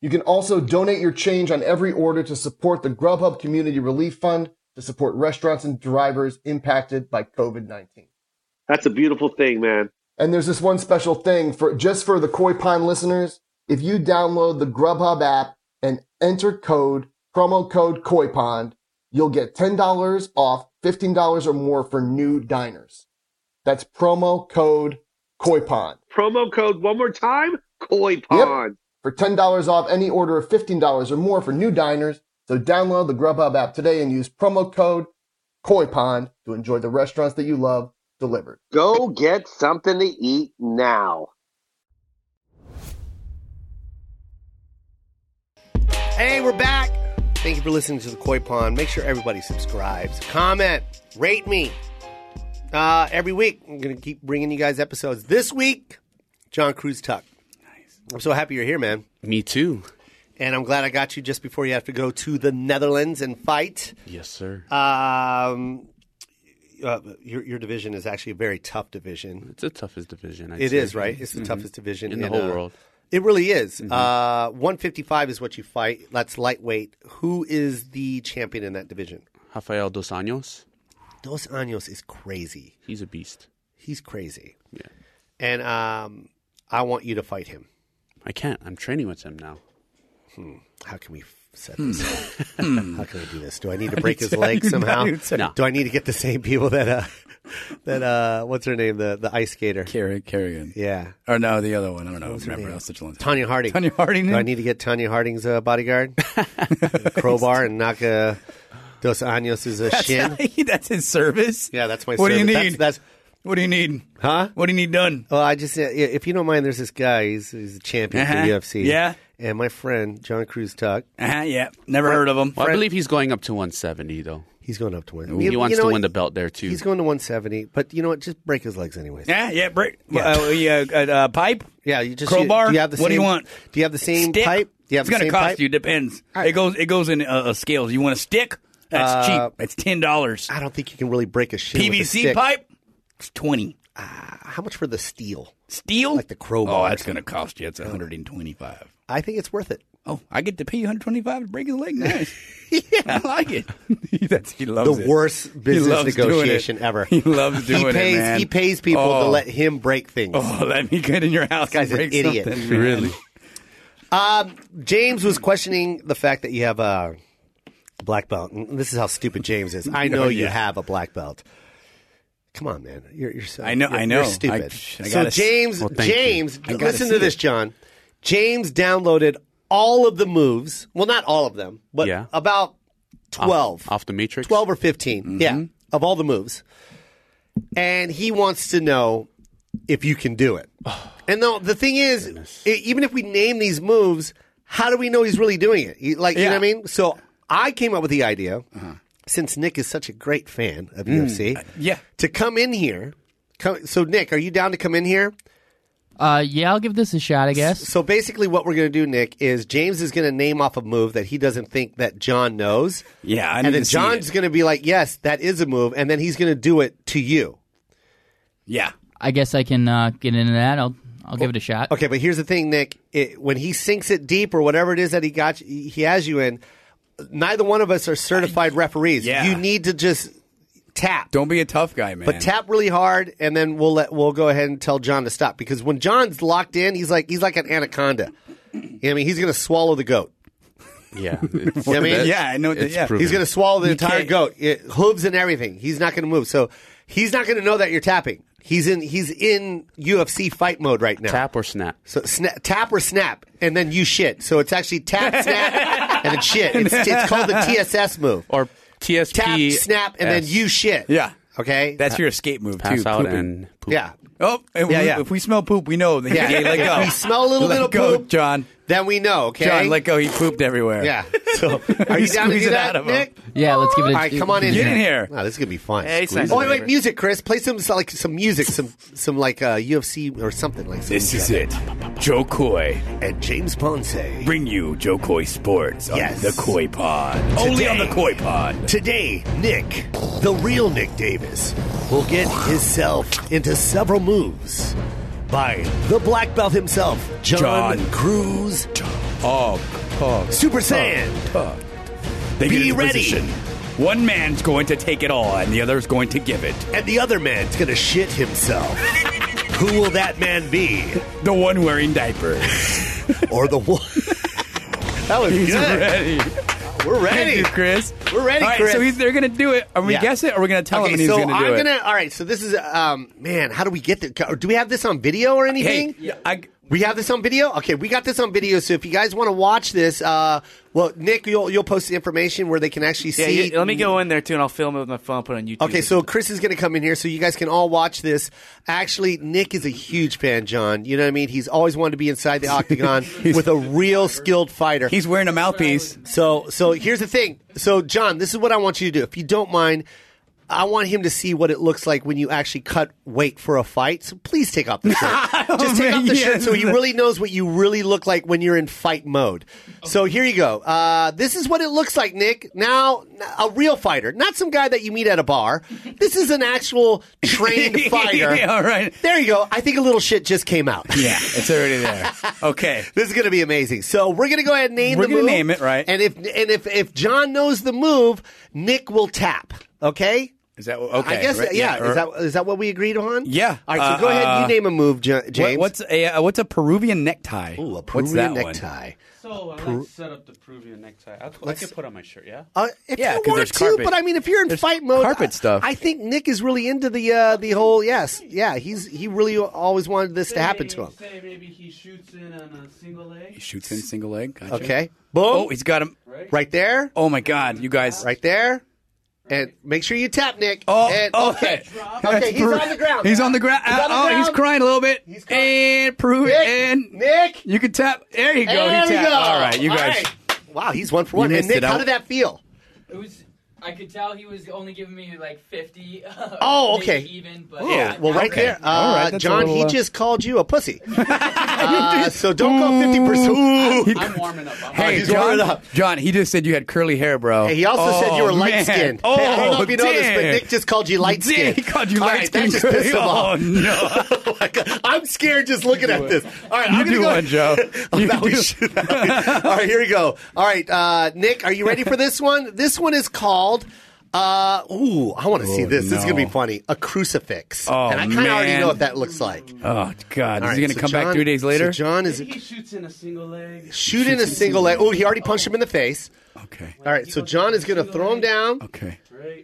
S7: You can also donate your change on every order to support the Grubhub Community Relief Fund to support restaurants and drivers impacted by COVID 19.
S2: That's a beautiful thing, man.
S7: And there's this one special thing for just for the Koi Pond listeners. If you download the Grubhub app and enter code promo code Koi Pond, you'll get ten dollars off fifteen dollars or more for new diners. That's promo code Koi Pond
S2: Promo code one more time Koi Pond.
S7: for ten dollars off any order of fifteen dollars or more for new diners. So download the Grubhub app today and use promo code Koi Pond to enjoy the restaurants that you love delivered.
S2: Go get something to eat now.
S8: Hey, we're back.
S2: Thank you for listening to the Koi Pond. Make sure everybody subscribes, comment, rate me. Uh, every week, I'm going to keep bringing you guys episodes. This week, John Cruz Tuck. Nice. I'm so happy you're here, man.
S4: Me too.
S2: And I'm glad I got you just before you have to go to the Netherlands and fight.
S4: Yes, sir.
S2: Uh, Um, uh, your, your division is actually a very tough division.
S4: it's the toughest division. I'd
S2: It
S4: say.
S2: is, right? It's the toughest division
S4: Mm-hmm. In the whole
S2: uh,
S4: world. Mm-hmm.
S2: It really is. Uh, 155 is what you fight. That's lightweight. Who is the champion in that division?
S4: Rafael Dos Anjos.
S2: Dos Anjos is crazy.
S4: He's a beast.
S2: He's crazy.
S4: Yeah.
S2: And um, I want you to fight him.
S4: I can't. I'm training with him now.
S2: How can we f- set
S5: Hmm.
S2: this up? How can we do this? Do I
S5: (laughs)
S2: need to break his leg somehow?
S4: No.
S2: Do I need to get the same people that uh, that uh, what's her name? The the ice skater.
S5: Carry, Carrigan.
S2: Yeah.
S5: Or no, the other one. I don't know. remember. That was such a long time.
S2: Tanya Harding.
S5: (laughs) Tanya Harding
S2: Do
S5: in?
S2: I
S5: (laughs)
S2: need to get Tanya Harding's uh, bodyguard? crowbar
S5: (laughs)
S2: and knock uh, Dos Anjos' uh, shin?
S5: that's his service.
S2: Yeah, that's my
S5: What do you
S2: service.
S5: need?
S2: That's, that's,
S5: What do you need?
S2: huh?
S5: What do you need done?
S2: Well, I just, uh, yeah, if you don't mind, there's this guy. He's, he's a champion
S5: Uh-huh.
S2: for the UFC.
S5: Yeah.
S2: And my friend, John Cruz Tuck,
S5: Uh-huh, yeah, never heard of him.
S4: Well, I believe he's going up to 170 though.
S2: he's going up to win.
S4: He wants to win the belt there too.
S2: He's going to 170, but you know what? Just break his legs anyways.
S5: Yeah, yeah, break. Uh, yeah, uh, uh, pipe.
S2: Yeah, you just
S5: Crowbar?
S2: You, do you have the
S5: What do you
S2: same-
S5: want?
S2: Do you have the same
S5: stick.
S2: pipe? Do you have
S5: it's
S2: the
S5: gonna
S2: same
S5: cost
S2: pipe?
S5: you. Depends. It goes. It goes in uh, uh, scales. You want a stick?
S2: Uh,
S5: That's cheap. That's ten dollars.
S2: I don't think you can really break a shin with a
S5: PVC
S2: stick.
S5: pipe. It's twenty.
S2: How much for the steel?
S5: Steel.
S2: Like the crowbar.
S5: oh, that's gonna cost you. It's one hundred and twenty-five.
S2: I think it's worth it.
S5: Oh, I get to pay one hundred twenty-five to break his leg. Nice. yeah, I like it. that's he loves
S2: The
S5: it.
S2: worst business
S5: loves doing it.
S2: negotiation ever.
S5: (laughs) He loves
S2: (laughs)
S5: doing
S2: he
S5: it,
S2: pays,
S5: man.
S2: He pays people to
S5: Oh.
S2: let him break things.
S5: Oh, let me get in your house.
S2: guy's
S5: and
S2: an
S5: break
S2: idiot.
S5: Something, man.
S4: really.
S2: James was questioning the fact that you have a black belt. And This is how stupid James is.
S5: (laughs)
S2: I know
S5: Oh,
S2: you
S5: yeah.
S2: have a black belt. Come on, man. You're, you're so.
S5: I know-
S2: You're,
S5: I know.
S2: You're stupid.
S5: I- I
S2: so
S5: gotta s-
S2: James,
S4: Well, thank you.
S2: James,
S5: I gotta
S2: listen to
S5: see
S2: this,
S5: it.
S2: John. James downloaded all of the moves. Well, not all of them, but
S4: Yeah.
S2: about twelve.
S4: Off the matrix.
S2: 12 or 15 yeah of all the moves and he wants to know if you can do it and though the thing is e- even if we name these moves how do we know he's really doing it He- like you know what i mean so i came up with the idea since nick is such a great fan of ufc
S5: yeah.
S2: to come in here come, so nick are you down to come in here
S6: Uh, yeah, I'll give this a shot, I guess.
S2: so basically what we're going to do nick is james is going to name off a move that he doesn't think that john knows
S5: Yeah, I need
S2: and then
S5: to see
S2: John's
S5: it.
S2: going to be like, "Yes, that is a move," and then he's going to do it to you.
S5: Yeah.
S6: I guess I can uh, get into that. I'll I'll give it a shot.
S2: Okay, but here's the thing, Nick. It, when he sinks it deep or whatever it is that he got, you- he has you in. neither one of us are certified referees.
S5: Yeah.
S2: You need to just tap.
S5: Don't be a tough guy, man.
S2: But tap really hard, and then we'll let we'll go ahead and tell John to stop because when John's locked in, he's like he's like an anaconda. You know what I mean, he's gonna swallow the goat. (laughs)
S4: Yeah.
S2: You know what I mean,
S5: Yeah, I know.
S4: It's
S5: yeah.
S4: proven.
S2: he's gonna swallow the
S5: You
S2: entire
S5: can't-
S2: goat, it, hooves and everything. He's not gonna move, so he's not gonna know that you're tapping. He's in he's in UFC fight mode right now.
S4: Tap or snap.
S2: So sna- tap or snap, and then you shit. So it's actually tap,
S5: (laughs)
S2: snap, and then shit. It's, it's called the TSS move.
S4: Or TSP.
S2: tap, snap, and then you shit.
S5: Yeah.
S2: Okay.
S5: That's your escape move
S4: Pass
S5: too.
S4: out
S5: pooping.
S4: and poop.
S2: yeah.
S5: oh, and
S2: Yeah,
S5: we-
S2: yeah.
S5: if we smell poop, we know. Then yeah,
S2: (laughs)
S5: let
S2: If
S5: go.
S2: we smell a little
S5: let
S2: bit of
S5: go,
S2: poop,
S5: John.
S2: Then we know. Okay.
S5: John, let go. He pooped everywhere.
S2: Yeah. So are
S5: (laughs)
S2: you down to
S5: You squeeze
S2: do
S5: it
S2: that,
S5: out of him.
S2: Nick?
S6: Yeah, let's give it. a
S2: All right, come on in.
S5: Get in here.
S2: Wow, this is gonna be fun.
S3: Hey, it's nice
S2: oh
S3: to
S2: wait,
S3: be
S2: wait,
S3: here.
S2: music, Chris. Play some like some music, some some like uh, UFC or something like. something
S5: This
S2: like
S5: is
S2: that.
S5: it. Joe Coy.
S2: And James Ponce.
S5: Bring you Joe Coy Sports on
S2: Yes.
S5: the Coy Pod. Only on the Coy Pod.
S2: Today, Nick, the real Nick Davis, will get himself into several moves by the black belt himself, John,
S5: John.
S2: Cruz,
S5: Oh, oh.
S2: Super Saiyan.
S5: They
S2: Be
S5: get into
S2: ready.
S5: position. One man's going to take it all, and the other's going to give it.
S2: and the other man's gonna shit
S5: (laughs)
S2: himself. Who will that man be?
S5: The one
S2: (laughs)
S5: wearing diapers.
S2: Or the one? (laughs) that was
S5: He's
S2: good.
S5: ready.
S2: We're
S5: Thank
S2: ready.
S5: you, Chris.
S2: We're ready,
S5: All right,
S2: Chris.
S5: so he's, they're going to do it. Are we
S2: Yeah.
S5: guess it, or are we going to tell
S2: okay,
S5: him and he's
S2: so
S5: going to do
S2: I'm
S5: it?
S2: gonna. All right, so this is um, man. How do we get the? or Do we have this on video or anything?
S5: Hey, I,
S2: We have this on video. Okay, we got this on video. So if you guys want to watch this, uh, well, Nick, you'll you'll post the information where they can actually
S3: Yeah,
S2: see.
S3: you- let me go in there too, and I'll film it with my phone, put it on YouTube.
S2: Okay, so Chris is going to come in here, so you guys can all watch this. Actually, Nick is a huge fan, John. You know what I mean? He's always wanted to be
S5: (laughs)
S2: inside the octagon with a real skilled fighter.
S5: he's wearing a mouthpiece.
S2: So, so here's the thing. So, John, this is what I want you to do. If you don't mind, I want him to see what it looks like when you actually cut weight for a fight. So, please take off the shirt. Just take off the shirt so he really knows what you really look like when you're in fight mode. So, here you go. Uh, this is what it looks like, Nick. Now, a real fighter, not some guy that you meet at a bar. This is an actual trained
S5: (laughs)
S2: fighter.
S5: Yeah, all right.
S2: There you go. I think a little shit just came out.
S5: Yeah, it's already there. (laughs) Okay.
S2: This is going to be amazing. So we're going to go ahead and name
S5: We're
S2: the
S5: gonna
S2: move.
S5: name it, right.
S2: And if and if if John knows the move, Nick will tap. Okay.
S5: Is that what- okay?
S2: I guess
S5: right,
S2: yeah.
S5: or-
S2: Is that is that what we agreed on?
S5: Yeah.
S2: All right. So
S5: Uh,
S2: go ahead. You
S5: uh,
S2: name a move, Ja-
S5: what,
S2: James.
S5: what's a uh, what's a Peruvian necktie?
S2: Ooh, a
S5: what's
S2: Peruvian
S5: that one?
S2: necktie?
S4: So I like set up the Peruvian necktie. I'll, I can put on my shirt, yeah?
S2: Uh, if
S5: Yeah,
S2: you
S5: 'cause
S2: want
S5: there's
S2: to,
S5: carpet.
S2: but I mean, if you're in
S5: There's
S2: fight mode,
S5: carpet
S2: I-
S5: stuff.
S2: I think Nick is really into the uh, the whole. Yes, yeah, he's he really always wanted this to happen to him.
S4: Say maybe he shoots in on a single leg.
S5: He shoots in single leg. Gotcha.
S2: Okay,
S5: Oh,
S2: boom,
S5: he's got him.
S2: right there,
S5: Oh my God, you guys.
S2: right there, and make sure you tap, Nick.
S5: Oh,
S2: And-
S5: oh,
S2: okay,
S5: that's
S2: okay, he's
S5: Peru-
S2: on the ground.
S5: He's on the ground.
S2: He's on the
S5: oh,
S2: ground.
S5: he's crying a little bit.
S2: He's crying.
S5: and Peruvian.
S2: Nick,
S5: (laughs) And
S2: Nick,
S5: you can tap. There you go.
S2: there
S5: he
S2: we
S5: tapped.
S2: go.
S5: All right, you
S2: All
S5: guys.
S2: right. Wow, he's one for one.
S5: You
S2: And
S5: missed
S2: Nick,
S5: it.
S2: how
S5: I-
S2: did that feel?
S6: It was. I could tell he was only giving me like fifty. (laughs)
S2: Oh,
S6: maybe
S2: okay.
S6: Even, but
S5: Yeah.
S2: Well, right
S5: Okay.
S2: there, uh,
S5: All right, that's a
S2: John.
S5: little,
S2: he
S5: uh,
S2: just called you a
S5: (laughs)
S2: pussy. Uh, so don't go fifty percent.
S6: I'm warming up. I'm
S5: Hey,
S2: he's
S5: John,
S2: warming up.
S5: John, he just said you had curly hair, bro.
S2: Hey, he also said you were
S5: Oh, man.
S2: light skinned.
S5: Oh,
S2: I don't know if you know this, but
S5: damn.
S2: Nick just called you light
S5: Damn,
S2: skinned.
S5: He called you
S2: All right,
S5: light skinned.
S2: That just pissed him
S5: (laughs) Oh,
S2: off.
S5: no.
S2: Oh my God. I'm scared just looking at this. All right, I'm
S5: You
S2: gonna
S5: do
S2: go.
S5: one, Joe.
S2: (laughs) Oh,
S5: You
S2: that we
S5: (laughs) do-
S2: should- that we- All right, here we go. All right, uh, Nick, are you ready for this one? This one is called. Uh, ooh, I want to see
S5: Oh,
S2: this. This is gonna be
S5: no.
S2: funny. A crucifix,
S5: Oh,
S2: and I kind of already
S5: man.
S2: know what that looks like.
S5: Oh, God.
S2: All
S5: is
S2: right,
S5: he going to
S2: so
S5: come back
S2: John-
S5: three days later?
S2: So John is
S4: He shoots in a single leg.
S2: shooting a single leg. Oh, he already punched him in the face.
S5: okay.
S2: All right, so John is gonna throw him down.
S5: Okay.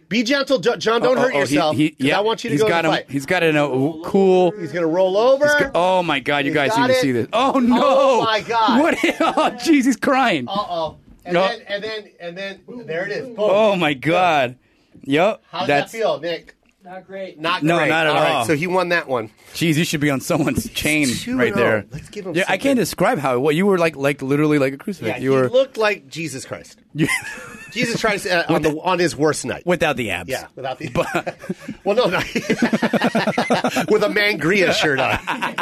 S2: Be gentle, Jo- John. Don't
S5: Oh,
S2: hurt
S5: oh, he-
S2: yourself.
S5: he-
S2: 'cause I want you to
S5: he's
S2: go to
S5: got
S2: the
S5: him.
S2: fight.
S5: He's got it in a w- cool.
S2: He's gonna roll over.
S5: Oh my God! You
S2: He's
S5: guys
S2: got
S5: need to
S2: it.
S5: see this. Oh no!
S2: my God.
S5: What? (laughs) Oh jeez, he's crying.
S2: Uh oh. And
S5: No.
S2: then and then and then there it is. Boom.
S5: Oh my God! Yep.
S2: How does
S5: that's
S2: that feel, Nick?
S6: not great.
S2: Not
S5: No,
S2: great.
S5: not at
S2: right,
S5: all.
S2: so he won that one.
S5: jeez. You should be on someone's chain
S2: Two
S5: right
S2: and oh.
S5: there.
S2: Let's give him
S5: Yeah, I
S2: something.
S5: can't describe how. What you were like, like literally like a crucifix.
S2: Yeah,
S5: you were
S2: he looked like Jesus
S5: (laughs)
S2: Christ. Jesus Christ uh, on, the, on his worst night.
S5: without the abs. (laughs)
S2: yeah, without the. (laughs) well, no, not with a mangria shirt
S5: (laughs)
S2: on.
S5: Jesus
S2: All right.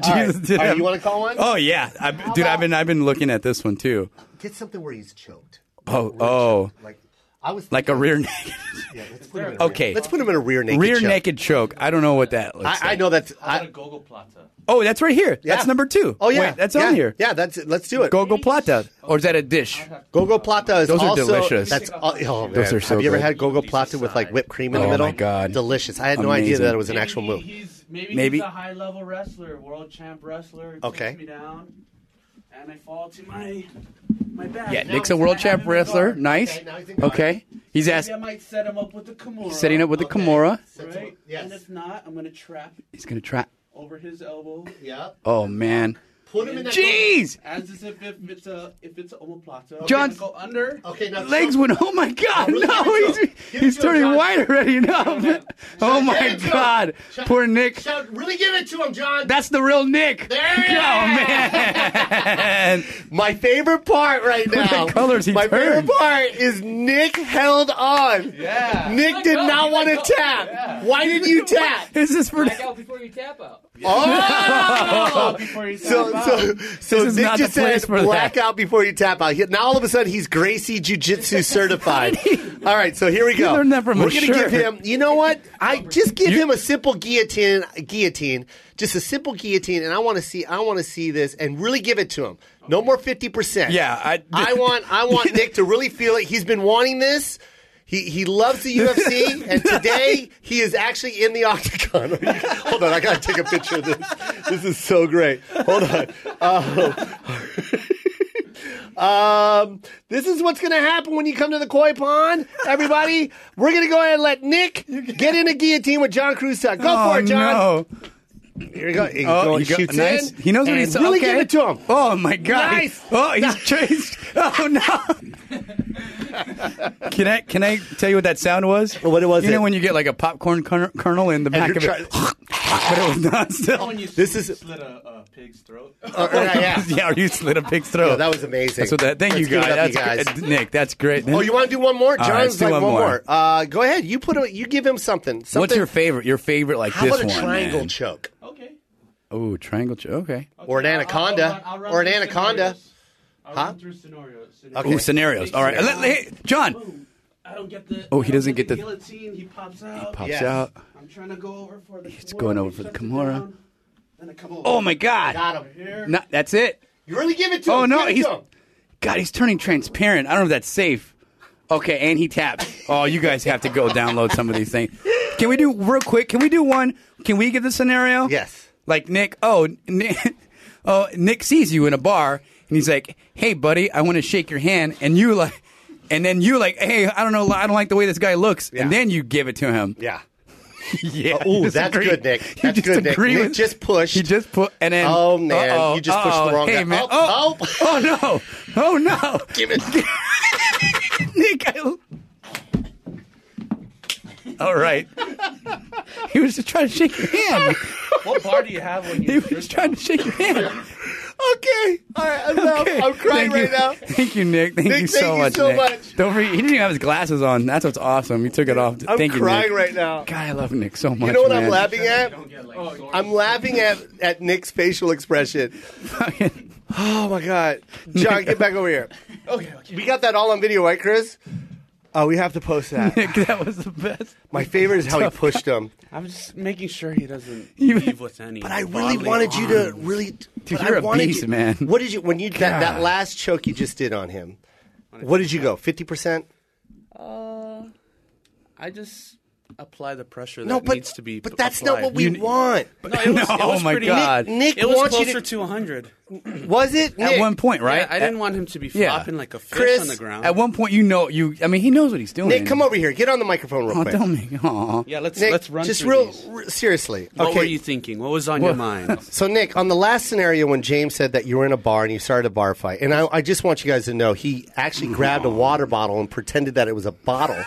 S5: did
S2: All right,
S5: have-
S2: you want to call one?
S5: Oh yeah, I, dude. I've been I've been looking at this one too.
S2: Get something where he's choked.
S5: Oh oh.
S2: Like I was
S5: like a rear naked. (laughs) okay.
S2: Let's put him in a rear naked.
S5: rear
S2: choke.
S5: naked choke. I don't know what that looks like.
S2: I, I know that's. I,
S4: Gogo Plata.
S5: Oh, that's right here. That's number two.
S2: oh yeah,
S5: Wait, that's
S2: yeah,
S5: on here.
S2: Yeah, that's. it. Let's do it.
S5: Gogo plata, or is that a dish?
S2: Gogo plata is
S5: Those are
S2: also-
S5: delicious.
S2: That's oh, oh, man.
S5: Those are so
S2: Have you ever
S5: good.
S2: had gogo plata with like whipped cream in the
S5: Oh,
S2: middle?
S5: my God.
S2: delicious! I had no idea
S5: Amazing.
S2: that it was an actual move.
S4: He's, maybe,
S5: Maybe.
S4: he's a high level wrestler, world champ wrestler. He
S2: Okay.
S4: takes me down, and I fall to my my back.
S5: Yeah,
S4: Now
S5: Nick's
S4: he's
S5: a
S4: gonna
S5: world
S4: have
S5: champ
S4: him in the
S5: wrestler.
S4: guard.
S5: Nice.
S2: Okay, now he's in guard.
S5: Okay, he's asked,
S4: Maybe I might set him up with the Kimura.
S5: setting up with the Kimura.
S4: Right?
S2: Yes.
S4: And if not, I'm gonna trap
S5: He's gonna try.
S4: over his elbow,
S2: Yeah.
S5: Oh man,
S2: Put him in that.
S5: jeez,
S4: as is if, if it's a if it's a omoplata.
S5: John-
S4: I'm gonna go under.
S2: Okay, now
S5: legs went. Oh my god,
S2: really? Give it
S5: no,
S2: to him.
S5: he's
S2: Give it
S5: he's
S2: to him,
S5: turning
S2: John.
S5: white already. No, (laughs) oh my
S2: Give it to him.
S5: god,
S2: Shut-
S5: poor Nick.
S2: Shout, really give it to him, John.
S5: That's the real Nick.
S2: There he
S5: oh
S2: (laughs)
S5: man.
S2: My favorite part right
S5: at
S2: now.
S5: the colors he
S2: my favorite
S5: turned.
S2: part is Nick held on.
S4: Yeah.
S2: Nick did not want to tap. Why did you tap?
S5: This is for
S9: Back out before you tap out.
S2: Oh!
S4: (laughs) Before he
S2: So,
S4: taps out.
S2: so, so
S5: is
S2: Nick
S5: not
S2: just
S5: the place
S2: said
S5: for that.
S2: black out before you tap out. He- Now all of a sudden he's Gracie Jiu Jitsu
S5: (laughs)
S2: certified. All right, so here we go.
S5: learned that from
S2: We're
S5: a
S2: gonna
S5: shirt.
S2: give him. You know what? I just give him a simple guillotine, guillotine, just a simple guillotine, and I want to see. I want to see this and really give it to him. No more fifty percent.
S5: Yeah, I-
S2: (laughs) I want. I (laughs) want Nick to really feel it. He's been wanting this. He, he loves the (laughs) UFC, and today he is actually in the octagon. (laughs) Hold on, I gotta take a picture of this. This is so great. Hold on. (laughs) Um, this is what's going to happen when you come to the koi pond,
S5: (laughs)
S2: everybody. We're going to go ahead and let Nick get in a guillotine with John Cruzak. Go
S5: oh,
S2: for it, John.
S5: No.
S2: Here you go. He
S5: Oh,
S2: go-
S5: you go-
S2: shoots
S5: nice.
S2: in.
S5: He knows what
S2: and
S5: he's
S2: really
S5: okay.
S2: give it to him.
S5: (laughs) Oh my god.
S2: Nice.
S5: Oh, he's chased. Oh
S2: (laughs)
S5: no. can I can I tell you what that sound was?
S2: What was
S5: you
S2: it?
S5: know when you get like a popcorn kernel- kernel in the back
S2: you're Oh,
S5: of it, (laughs) but it was not still.
S4: When you
S2: This is-
S4: slit a, a pig's throat.
S2: Uh, yeah, yeah.
S5: Oh, (laughs) yeah, you slit a pig's throat.
S2: Oh, that was amazing.
S5: That's what that. Thank
S2: Let's
S5: you
S2: give it
S5: guys.
S2: up, you
S5: That's
S2: guys.
S5: great. Nick, that's great.
S2: Oh, you want to do one more?
S5: right, let's
S2: John's
S5: do
S2: like
S5: one
S2: one more.
S5: more.
S2: Uh, go ahead. You put a, you give him something. something.
S5: What's your favorite? Your favorite like
S2: How
S5: this
S2: about a
S5: one?
S2: triangle
S5: man?
S2: choke
S4: okay.
S5: oh, triangle. Ch- okay.
S2: or an anaconda or an anaconda?
S4: I'll
S2: Huh?
S4: run through scenarios.
S2: Okay.
S5: Ooh, scenarios. All right. Let- let- hey, John
S4: I don't get the.
S5: Oh,
S4: I
S5: he
S4: don't
S5: doesn't
S4: get
S5: get the-
S4: guillotine. He pops out.
S5: pops
S2: Yes.
S5: out.
S4: I'm trying to go over for the. He's
S5: going over for the Kimura.
S4: Then I come over.
S5: Oh my god.
S2: Got him.
S4: Here.
S5: No, that's it.
S2: You really give it to
S5: Oh,
S2: him.
S5: no,
S2: Give it to
S5: he's-
S2: him.
S5: God, he's turning transparent. I don't know if that's safe. Okay, and he taps. Oh, you guys have to go download some of these things. Can we do real quick? Can we do one? Can we get the scenario?
S2: Yes.
S5: Like Nick. Oh, Nick, (laughs) oh, Nick sees you in a bar, and he's like, "Hey, buddy, I want to shake your hand," and you like, and then you like, "Hey, I don't know, I don't like the way this guy looks,"
S2: Yeah.
S5: and then you give it to him.
S2: Yeah.
S5: (laughs)
S2: Oh,
S5: Yeah.
S2: Ooh,
S5: you
S2: that's
S5: disagree.
S2: good, Nick.
S5: You
S2: That's good, Nick.
S5: disagree
S2: Nick
S5: with-
S2: just pushed.
S5: He just put, and then.
S2: Oh, man.
S5: uh-oh,
S2: You just pushed the
S5: uh-oh.
S2: wrong
S5: hey,
S2: guy.
S5: Man.
S2: Oh,
S5: Oh,
S2: oh.
S5: oh, no. Oh, no.
S2: Give
S5: (laughs)
S2: it.
S5: Nick, I. All right. He was just trying to shake your hand.
S4: What bar do you have when
S5: He (laughs)
S4: you?
S5: was just trying to shake your hand.
S2: okay. All right. I'm,
S5: Okay.
S2: I'm crying
S5: Thank
S2: right (laughs)
S5: you.
S2: now.
S5: Thank you, Nick. Thank
S2: Nick,
S5: you so
S2: thank you
S5: much.
S2: so
S5: Nick.
S2: much.
S5: Don't forget, he didn't even have his glasses on. That's what's awesome. He took it off.
S2: I'm
S5: thank
S2: crying
S5: you, Nick.
S2: right now.
S5: God, I love Nick so much.
S2: You know what
S5: man.
S2: I'm
S5: (laughs)
S2: laughing at?
S4: Oh,
S2: I'm laughing at, at Nick's facial expression. Oh my god, John, get back over here.
S4: okay. okay.
S2: We got that all on video, right, Chris? Oh, we have to post (laughs) that.
S5: Nick, that was the best.
S2: My favorite is how he pushed him.
S4: I'm just making sure
S2: (laughs)
S4: he doesn't
S5: You-
S4: leave with any.
S2: But I really wanted you to really. but
S5: you're
S2: I
S5: a
S2: wanted
S5: beast,
S2: you-
S5: man.
S2: What did you when you that, that
S5: God.
S2: last choke you just did on him? What did you go? Fifty percent?
S4: I just apply the pressure that
S2: No, but
S4: needs to be.
S2: but that's not what we
S5: You-
S2: want.
S4: No,
S2: (laughs)
S4: it was, it
S5: No,
S4: was
S5: my
S4: pretty-
S5: God.
S2: Nick
S4: It was
S2: wants you
S4: closer
S2: to-
S4: to 100.
S2: Was it
S5: At
S2: Nick?
S5: one point, right?
S4: Yeah, I didn't want him to be
S5: Yeah.
S4: flopping like a fish
S2: Chris,
S4: on the ground.
S5: At one point, you know, you. I mean, he knows what he's doing.
S2: Nick, come over here. Get on the microphone real
S5: Oh,
S2: quick.
S5: tell me. Aw.
S4: yeah, let's
S2: Nick,
S4: let's run
S2: just
S4: through
S2: real
S4: these.
S2: r- seriously.
S4: What
S2: okay,
S4: were you thinking? What was on
S2: (laughs)
S4: your mind?
S2: So, Nick, on the last scenario when James said that you were in a bar and you started a bar fight, and I, I just want you guys to know he actually grabbed a water bottle and pretended that it was a
S4: (laughs)
S2: bottle,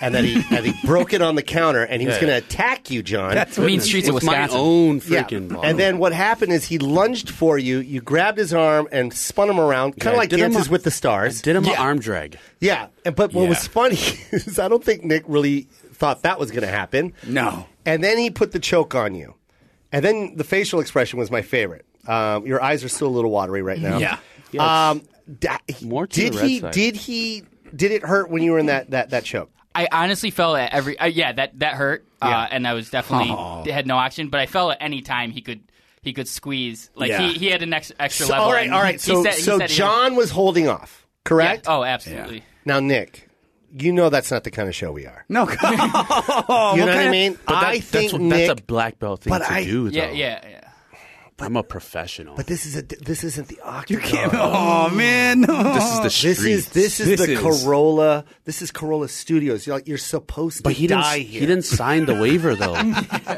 S2: and that he and he broke it on the counter and he was going to attack you, John.
S6: mean streets of
S4: With my
S6: Wisconsin.
S4: own freaking ball.
S2: And then what happened is he lunged for you. You grabbed his arm and spun him around, kind of
S4: Yeah, I
S2: like
S4: did him
S2: Dances
S4: a-
S2: with the
S4: I
S2: Stars.
S4: did him an arm drag.
S2: Yeah, and, but what
S4: Yeah.
S2: was funny (laughs) is I don't think Nick really thought that was going to happen.
S5: No.
S2: And then he put the choke on you. And then the facial expression was my favorite. Um, your eyes are still a little watery right now.
S5: Yeah.
S2: Um, da-
S4: More to
S2: did
S4: the red
S2: he?
S4: side.
S2: Did he? did it hurt when you were in that that that choke?
S6: I honestly felt at every uh, yeah that that hurt uh, and I was
S2: (laughs)
S6: definitely
S2: Oh.
S6: had no option but I felt at any time he could he could squeeze like
S2: Yeah.
S6: he, he had an ex- extra
S2: So-
S6: level
S2: all right,
S6: and
S2: all
S6: he-
S2: right.
S6: he
S2: So
S6: said- he
S2: so
S6: said he-
S2: John was holding off,
S6: yeah,
S2: correct?
S6: oh absolutely
S2: Now Nick, you know that's not the kind of show we are.
S5: No, (laughs)
S6: Oh,
S2: you know what I mean?
S4: But that-
S2: I
S4: that's,
S2: think
S4: what,
S2: Nick,
S4: that's a black belt thing
S2: But
S4: to
S2: I-
S4: do, though.
S6: yeah yeah yeah
S4: I'm a professional.
S2: but this is a this isn't the octagon.
S5: oh man, no.
S4: this is the street.
S2: This is this is
S5: This
S2: the
S5: is-
S2: Corolla. This is Corolla Studios. You're like you're supposed
S4: But
S2: to
S4: he didn't.
S2: die here.
S4: He didn't sign the waiver though.
S2: (laughs)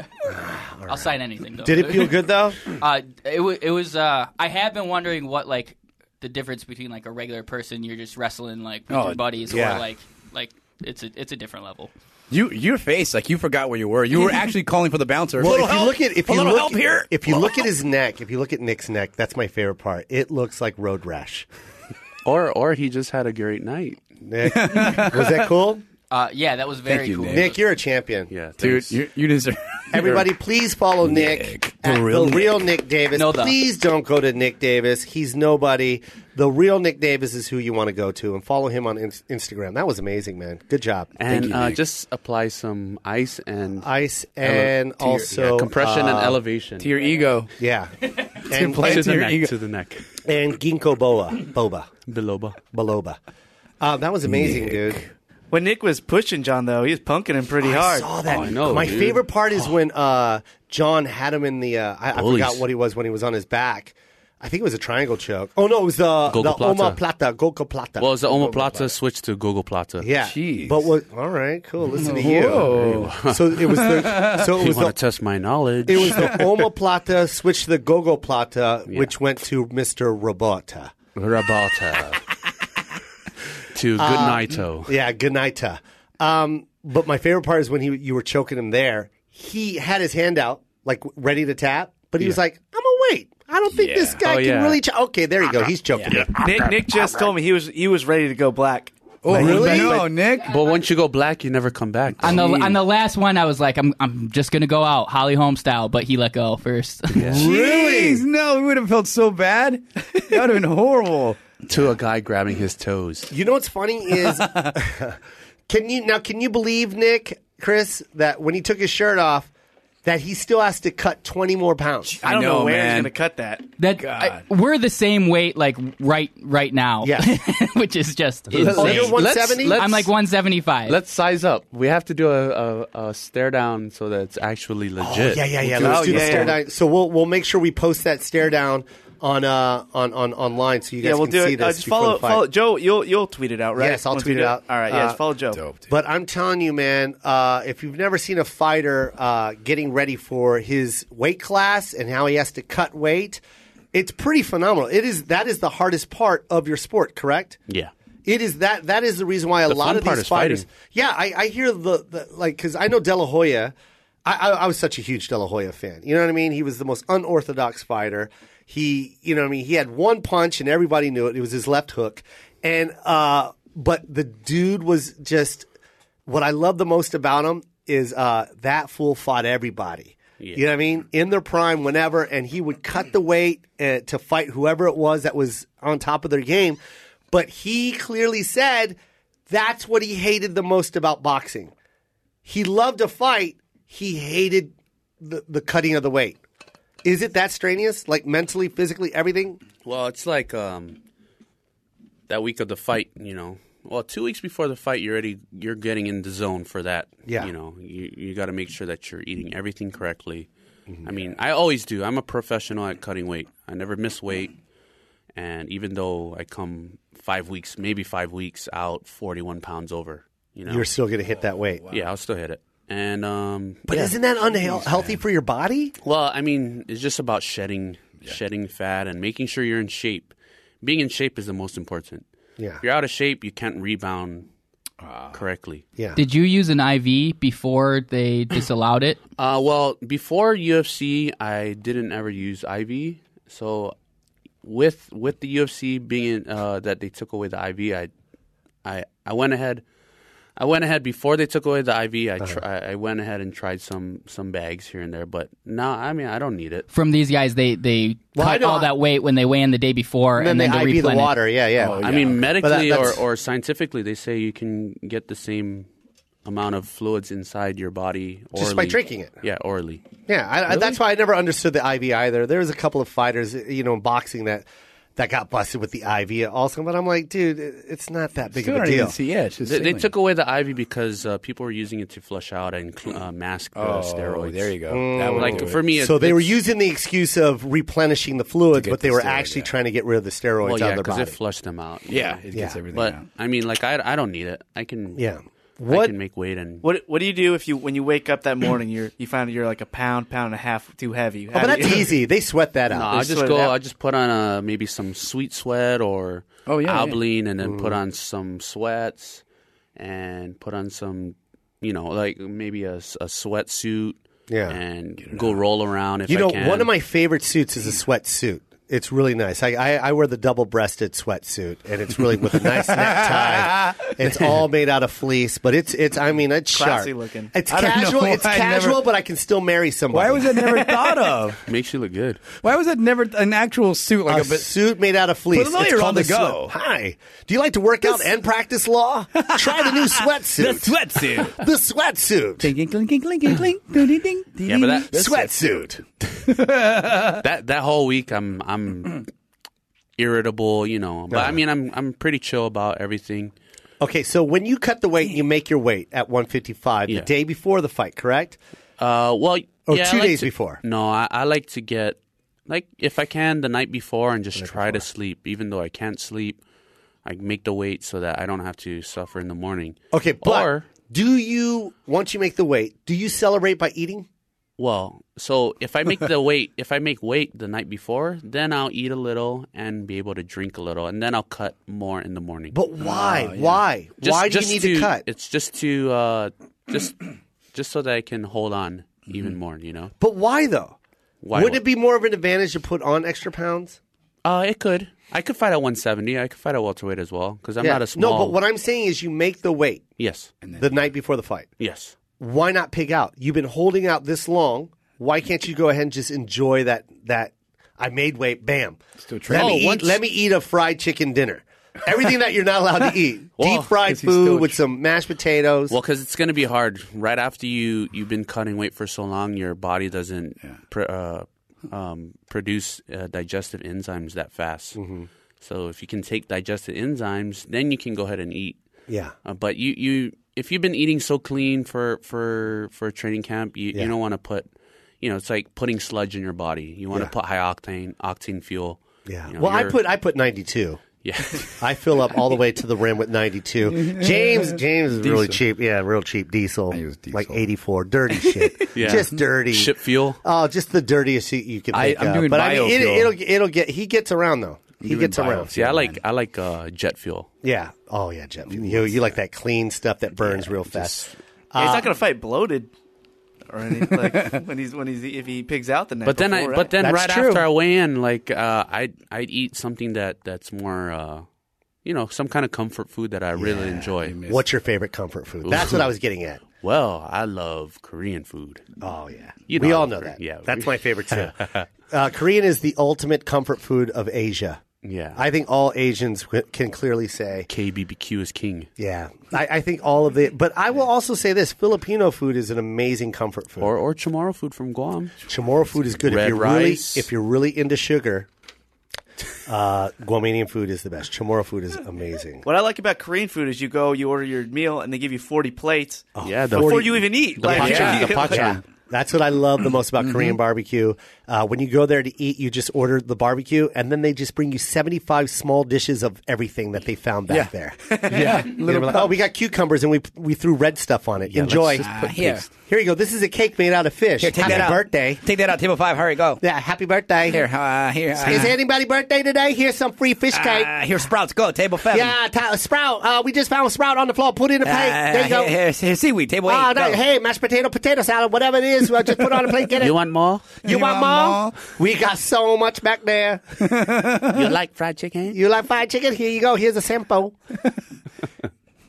S6: I'll sign anything though
S2: Did it
S4: (laughs)
S2: feel good though?
S6: uh, it wa it was uh, I have been wondering what like the difference between like a regular person you're just wrestling like with
S5: Oh,
S6: your buddies
S2: yeah.
S6: or like like it's a it's a different level
S5: you your face like you forgot where you were. You (laughs) were actually calling for the bouncer.
S2: Well,
S5: Little
S2: if you
S5: help?
S2: look at if
S5: a
S2: you
S5: little
S2: look
S5: help here,
S2: if you look at his neck, if you look at Nick's neck, that's my favorite part. It looks like road rash.
S4: or or he just had a great night.
S2: Nick, was that cool?
S6: uh, yeah that was very
S5: Thank you,
S6: cool
S5: Nick.
S2: Nick, you're a champion.
S4: Yeah,
S5: dude,
S4: thanks.
S5: you, you deserve. (laughs)
S2: Everybody, please follow Nick,
S5: Nick.
S2: at
S5: The real
S2: the
S5: Nick.
S2: real Nick Davis.
S6: No, the-
S2: please don't go to Nick Davis. He's nobody. The real Nick Davis is who you want to go to, and follow him on in- Instagram. That was amazing, man. Good job.
S4: and
S5: you,
S4: uh,
S5: Nick.
S4: just apply some ice and
S2: Ice and
S4: Ele-
S2: also
S4: yeah, compression and
S2: uh,
S3: (laughs)
S4: elevation
S5: to your ego.
S2: Yeah, and,
S5: play.
S4: to
S5: To
S4: the
S5: your
S4: neck,
S5: ego.
S4: to the neck,
S2: and ginkgo boa, boba,
S4: biloba.
S2: biloba. Uh, that was amazing, dude.
S3: When Nick was pushing John, though, he was punking him pretty
S2: I
S3: hard.
S2: saw that.
S4: Oh, I know,
S2: My
S4: dude.
S2: favorite part is when uh, John had him in the. Uh, I, I
S4: Bullies.
S2: forgot what he was when he was on his back. I think it was a triangle choke. Oh no, it was the
S4: Gogo
S2: the
S4: Plata.
S2: Oma Plata, Gogo Plata.
S4: Well, it's the
S2: Gogo
S4: Omo Plata switch to Gogo Plata.
S2: Yeah,
S5: Jeez.
S2: but what? All right, cool. Listen to you. So it was
S4: (laughs)
S2: the. So it
S4: You
S2: was
S4: want
S2: the.
S4: to test my knowledge?
S2: It was the Oma Plata switched to the Gogo
S4: (laughs)
S2: Plata, which went to Mister Robota.
S4: Rabata to Good Nighto.
S2: Yeah, Ganita. Um, but my favorite part is when he you were choking him there. He had his hand out, like ready to tap, but he was like, "I'm gonna wait. I don't think this guy
S4: Oh,
S2: can
S4: yeah.
S2: really." Ch-. Okay, there you go. He's choking. him.
S3: Nick, Nick just told me he was he was ready to go black.
S5: Oh,
S2: really?
S5: No, Nick.
S4: But once you go black, you never come back.
S6: on the
S5: Jeez.
S6: on the last one I was like I'm I'm just gonna go out Holly Holm style but he let go
S2: (laughs)
S6: first
S5: Jeez, no, we would have felt so bad. That would have been (laughs) horrible.
S4: to a guy grabbing his toes.
S2: You know what's funny
S3: (laughs)
S2: is, can you now? Can you believe Nick, Chris, that when he took his shirt off, that he still has to cut twenty more pounds?
S3: I don't
S5: know,
S3: know, where he's
S5: man.
S3: going to cut that.
S6: that I- we're the same weight like right right now
S2: Yeah.
S6: (laughs) which is just
S2: Oh, you're
S6: insane.
S4: let's-
S2: 170.
S4: let's-
S6: I'm like 175
S4: Let's size up. We have to do a, a, a stare down so that it's actually legit.
S2: Oh, Yeah, yeah,
S3: We'll
S2: yeah.
S3: do
S2: Let's
S3: it.
S2: do the
S3: Yeah,
S2: stare
S3: yeah.
S2: down. So we'll we'll make sure we post that stare down on uh on on online so you guys
S3: yeah, we'll
S2: can
S3: do
S2: see
S3: it.
S2: this.
S3: Uh, just
S2: before
S3: follow
S2: the fight.
S3: follow Joe. You'll you'll tweet it out, right?
S2: Yes, I'll
S3: Once we
S2: tweet
S3: do
S2: it out.
S3: All right.
S2: Uh,
S3: yeah, just follow Joe.
S2: But I'm telling you, man, uh, if you've never seen a fighter uh, getting ready for his weight class and how he has to cut weight, it's pretty phenomenal. It is that is the hardest part of your sport, correct?
S4: Yeah.
S2: It is that that is the reason why a
S4: The
S2: lot
S4: fun
S2: of
S4: part
S2: these
S4: is
S2: fighters.
S4: fighting.
S2: Yeah, I, I hear the, the like because I know De La Hoya. I, I, I was such a huge De La Hoya fan. You know what I mean? He was the most unorthodox fighter. He, you know what I mean? He had one punch and everybody knew it. It was his left hook, and uh, but the dude was just what I love the most about him is uh, that fool fought everybody. You know what I mean? In their prime, whenever, and he would cut the weight uh, to fight whoever it was that was on top of their game. But he clearly said that's what he hated the most about boxing. He loved to fight. He hated the, the cutting of the weight. Is it that strenuous? Like mentally, physically, everything?
S4: Well, it's like um, that week of the fight, you know. Well, two weeks before the fight, you're already you're getting in the zone for that.
S2: Yeah.
S4: you know, you you got to make sure that you're eating everything correctly.
S2: Mm-hmm.
S4: I mean, I always do. I'm a professional at cutting weight. I never miss weight, and even though I come five weeks, maybe five weeks out, forty one pounds over. You know,
S2: You're still going to hit that weight.
S4: yeah, I'll still hit it. And um,
S2: But isn't that unhealthy for your body?
S4: well, I mean, it's just about shedding shedding fat and making sure you're in shape. Being in shape is the most important.
S2: Yeah.
S4: If you're out of shape, you can't rebound correctly.
S2: Yeah.
S6: Did you use an IV before they disallowed it?
S4: Uh, well, before UFC, I didn't ever use IV. So with with the UFC being uh, that they took away the IV, I I I went ahead. I went ahead before they took away the IV. I tr- I I went ahead and tried some some bags here and there, but no, I mean I don't need it.
S6: From these guys, they they
S2: Well, I
S6: cut
S2: know
S6: all
S2: I-
S6: that weight when they weigh in the day before,
S2: And then,
S6: then
S2: they IV the
S6: replen it.
S2: water. Yeah, yeah.
S4: I mean, medically or,
S2: that's-
S4: or scientifically, they say you can get the same amount of fluids inside your body orally.
S2: Just by drinking it.
S4: Yeah, orally.
S2: Yeah, I, I, that's why I never understood the IV either. There was a couple of fighters, you know, in boxing that that got busted with the IV also, but I'm like, dude, it- it's not that big
S5: Still
S2: of a
S5: don't even
S2: deal.
S5: see- yeah, it's just
S4: They, they
S5: saline.
S4: took away the IV because uh, people were using it to flush out and cl- uh, mask the
S5: oh,
S4: steroids.
S5: There you go. That would do
S4: Like
S5: it.
S4: for me, it,
S2: So they were
S4: it's-
S2: using the excuse of replenishing the fluids,
S5: get
S2: but they
S5: the
S2: were
S5: steroid,
S2: actually
S5: yeah.
S2: trying to get rid of the steroids
S4: Well,
S2: out
S4: yeah,
S2: of their
S4: because
S2: body.
S4: it flushed them out.
S5: yeah, it gets
S2: Yeah.
S5: everything
S4: but
S5: out.
S4: I mean, like I, I don't need it. I can.
S2: yeah.
S4: I
S2: What
S4: can make weight and.
S3: What What do you do if you when you wake up that morning you're you find you're like a pound pound and a half too heavy?
S2: Oh, but that's
S3: (laughs)
S2: easy. They sweat that out.
S4: No, I'll
S3: Just
S4: just
S3: sweat
S4: go.
S3: it out.
S4: I'll just put on uh maybe some sweet sweat or
S5: Oh, yeah, yeah.
S4: Albaline, and then
S2: Mm-hmm.
S4: put on some sweats and put on some, you know, like maybe a, s- a sweatsuit.
S2: Yeah.
S4: and go roll around if
S2: You
S4: I
S2: know,
S4: can.
S2: one of my favorite suits is a sweatsuit. It's really nice. I, I, I wear the double breasted sweatsuit, and it's really with a nice
S5: (laughs)
S2: necktie. It's all made out of fleece, but it's it's. I mean, it's
S3: Classy
S2: sharp.
S3: looking.
S2: It's
S5: I don't know
S2: casual.
S5: why
S2: It's
S5: I
S2: casual,
S5: never-
S2: but I can still marry somebody.
S5: Why was that (laughs) never thought of?
S4: makes you look good.
S5: Why was that never an actual suit
S2: a
S5: like a? But
S2: suit made out of fleece?
S5: Put it on,
S2: It's
S5: you're
S2: called
S5: on
S2: a
S5: the go.
S2: sweat- Hi. Do you like to work out and practice law? Try
S5: (laughs)
S2: the new sweatsuit.
S5: sweatsuit.
S2: the sweatsuit.
S5: Clink, clink, clink, clink, clink, doo, dee, ding, dee,
S4: Yeah, but
S5: dee,
S4: that
S2: Sweatsuit.
S4: that that whole week I'm
S2: (clears throat)
S4: I'm irritable, you know. But
S2: Uh-huh.
S4: I mean, I'm I'm pretty chill about everything.
S2: Okay, so when you cut the weight, you make your weight at 155
S4: Yeah.
S2: the day before the fight, correct?
S4: Uh, well,
S2: Or
S4: yeah, I
S2: Oh, two
S4: like
S2: days
S4: to-
S2: before.
S4: No, I, I like to get like if I can the night before and just try to sleep, even though I can't sleep. I make the weight so that I don't have to suffer in the morning.
S2: Okay, but
S4: Or-
S2: do you once you make the weight, do you celebrate by eating?
S4: Well, so if I make the weight, (laughs) if I make weight the night before, then I'll eat a little and be able to drink a little, and then I'll cut more in the morning.
S2: But why? Why?
S4: Ah, Just-
S2: why do
S4: just
S2: you need to, cut?
S4: It's just to uh, just just so that I can hold on
S2: Mm-hmm.
S4: even more. You know,
S2: But why though?
S4: Why
S2: Wouldn't
S4: would-
S2: it be more of an advantage to put on extra pounds?
S4: uh, it could. I could fight at 170. I could fight at welterweight as well because I'm
S2: Yeah.
S4: not a small.
S2: No, but what I'm saying is you make the weight
S4: yes,
S2: the night before the fight.
S4: yes.
S2: Why not pig out? You've been holding out this long. Why can't you go ahead and just enjoy that that I made weight, bam.
S5: do a
S2: let,
S5: trade.
S2: me
S5: Oh,
S2: eat,
S5: once-
S2: let me eat a fried chicken dinner. Everything that you're not
S4: (laughs)
S2: allowed to eat. Deep fried
S5: 'cause he's still
S2: food
S5: a
S2: with
S5: tr-
S2: some mashed potatoes.
S4: Well, because it's going to be hard right after you you've been cutting weight for so long, your body doesn't pr- uh, um, produce uh, digestive enzymes that fast.
S2: Mm-hmm.
S4: So if you can take digestive enzymes, then you can go ahead and eat.
S2: yeah.
S4: Uh, but you, you if you've been eating so clean for for for a training camp, you, you don't want to put you know it's like putting sludge in your body. You want to put high octane octane fuel.
S2: Yeah.
S4: You know,
S2: well, I
S4: you're-
S2: put I put 92.
S4: (laughs) yeah.
S2: I fill up all the way to the rim with 92.
S5: (laughs)
S2: James James is really cheap. Yeah, real cheap diesel.
S5: use diesel.
S2: Like 84. Dirty shit.
S5: (laughs)
S4: Yeah.
S2: Just dirty.
S4: Ship fuel.
S2: Oh, just the dirtiest shit you can
S5: I-
S2: think
S5: I'm
S2: of.
S5: doing
S2: but I mean, it,
S5: biofuel.
S2: it'll it'll get he gets around though. He gets around.
S5: biofuel.
S4: See, I like I like uh, jet fuel.
S2: Yeah. Oh yeah, Jeff. You you like that clean stuff that burns real fast.
S3: Yeah,
S2: Uh,
S3: he's not gonna fight bloated or anything
S2: (laughs)
S3: like when he's when he's if he pigs out the night.
S4: But then I
S3: before, right?
S4: but then
S2: That's
S4: right
S2: true.
S4: after I weigh in, like uh, I'd I'd eat something that that's more uh, you know some kind of comfort food that I really enjoy.
S2: What's your favorite comfort food? That's what I was getting at.
S4: Well, I love Korean food.
S2: Oh yeah.
S4: You
S2: we
S4: know,
S2: all know that.
S4: yeah.
S2: That's my favorite
S4: (laughs)
S2: too. uh, Korean is the ultimate comfort food of Asia.
S4: Yeah,
S2: I think all Asians w- can clearly say,
S4: KBBQ is king.
S2: yeah. I, I think all of the, but I will also say this: Filipino food is an amazing comfort food.
S4: Or or chamorro food from Guam.
S2: Chamorro food is good
S4: Red
S2: if you're
S4: rice.
S2: really if you're really into sugar. Uh, Guamanian food is the best. Chamorro food is amazing.
S3: what I like about Korean food is you go, you order your meal, and they give you forty plates
S4: yeah, Oh, the
S3: before you even eat.
S4: the
S3: Like,
S4: pacha,
S3: yeah.
S4: the pacha.
S2: Yeah. That's what I love the most about
S5: Mm-hmm.
S2: Korean barbecue. Uh, when you go there to eat, you just order the barbecue, and then they just bring you 75 small dishes of everything that they found back there.
S5: (laughs) yeah.
S2: They were like, oh, we got cucumbers, and we we threw red stuff on it. Enjoy.
S5: here.
S2: Here you go. This is a cake made out of fish.
S5: Here, take
S2: happy
S5: that out.
S2: birthday.
S5: Take that out. Table five. Hurry, go.
S2: Yeah, happy birthday.
S5: Here, uh, here. Uh,
S2: Is anybody birthday today? Here's some free fish cake.
S5: uh, here, sprouts. Go. Table five.
S2: yeah, t- sprout. Uh, we just found sprout on the floor. Put it in a
S5: Uh,
S2: plate. there you go.
S5: Here, here, here, seaweed. Table eight.
S2: Oh, no,
S5: go.
S2: hey, mashed potato, potato salad, whatever it is, well, just put it on
S3: (laughs)
S2: a plate, get it.
S4: You want
S2: (laughs)
S4: more?
S2: You want more? We got so much back there.
S4: you like fried
S2: (laughs)
S4: chicken?
S2: You like fried chicken? Here you go. Here's a sample.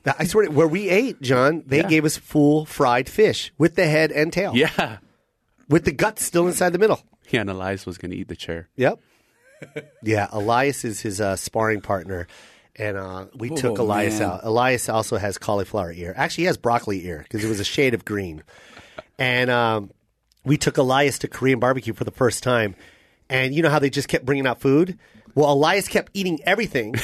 S2: That- I swear, to- where we ate, John, they gave us full fried fish with the head and tail.
S4: Yeah. (laughs)
S2: With the guts still inside the middle.
S4: Yeah, and Elias was going to eat the chair.
S2: Yep. yeah, Elias is his uh, sparring partner. And uh, we took
S5: Oh,
S2: Elias
S5: man.
S2: out. Elias also has cauliflower ear. Actually, he has broccoli ear because it was a shade of green. And um, we took Elias to Korean barbecue for the first time. And you know how they just kept bringing out food? Well, Elias kept eating everything.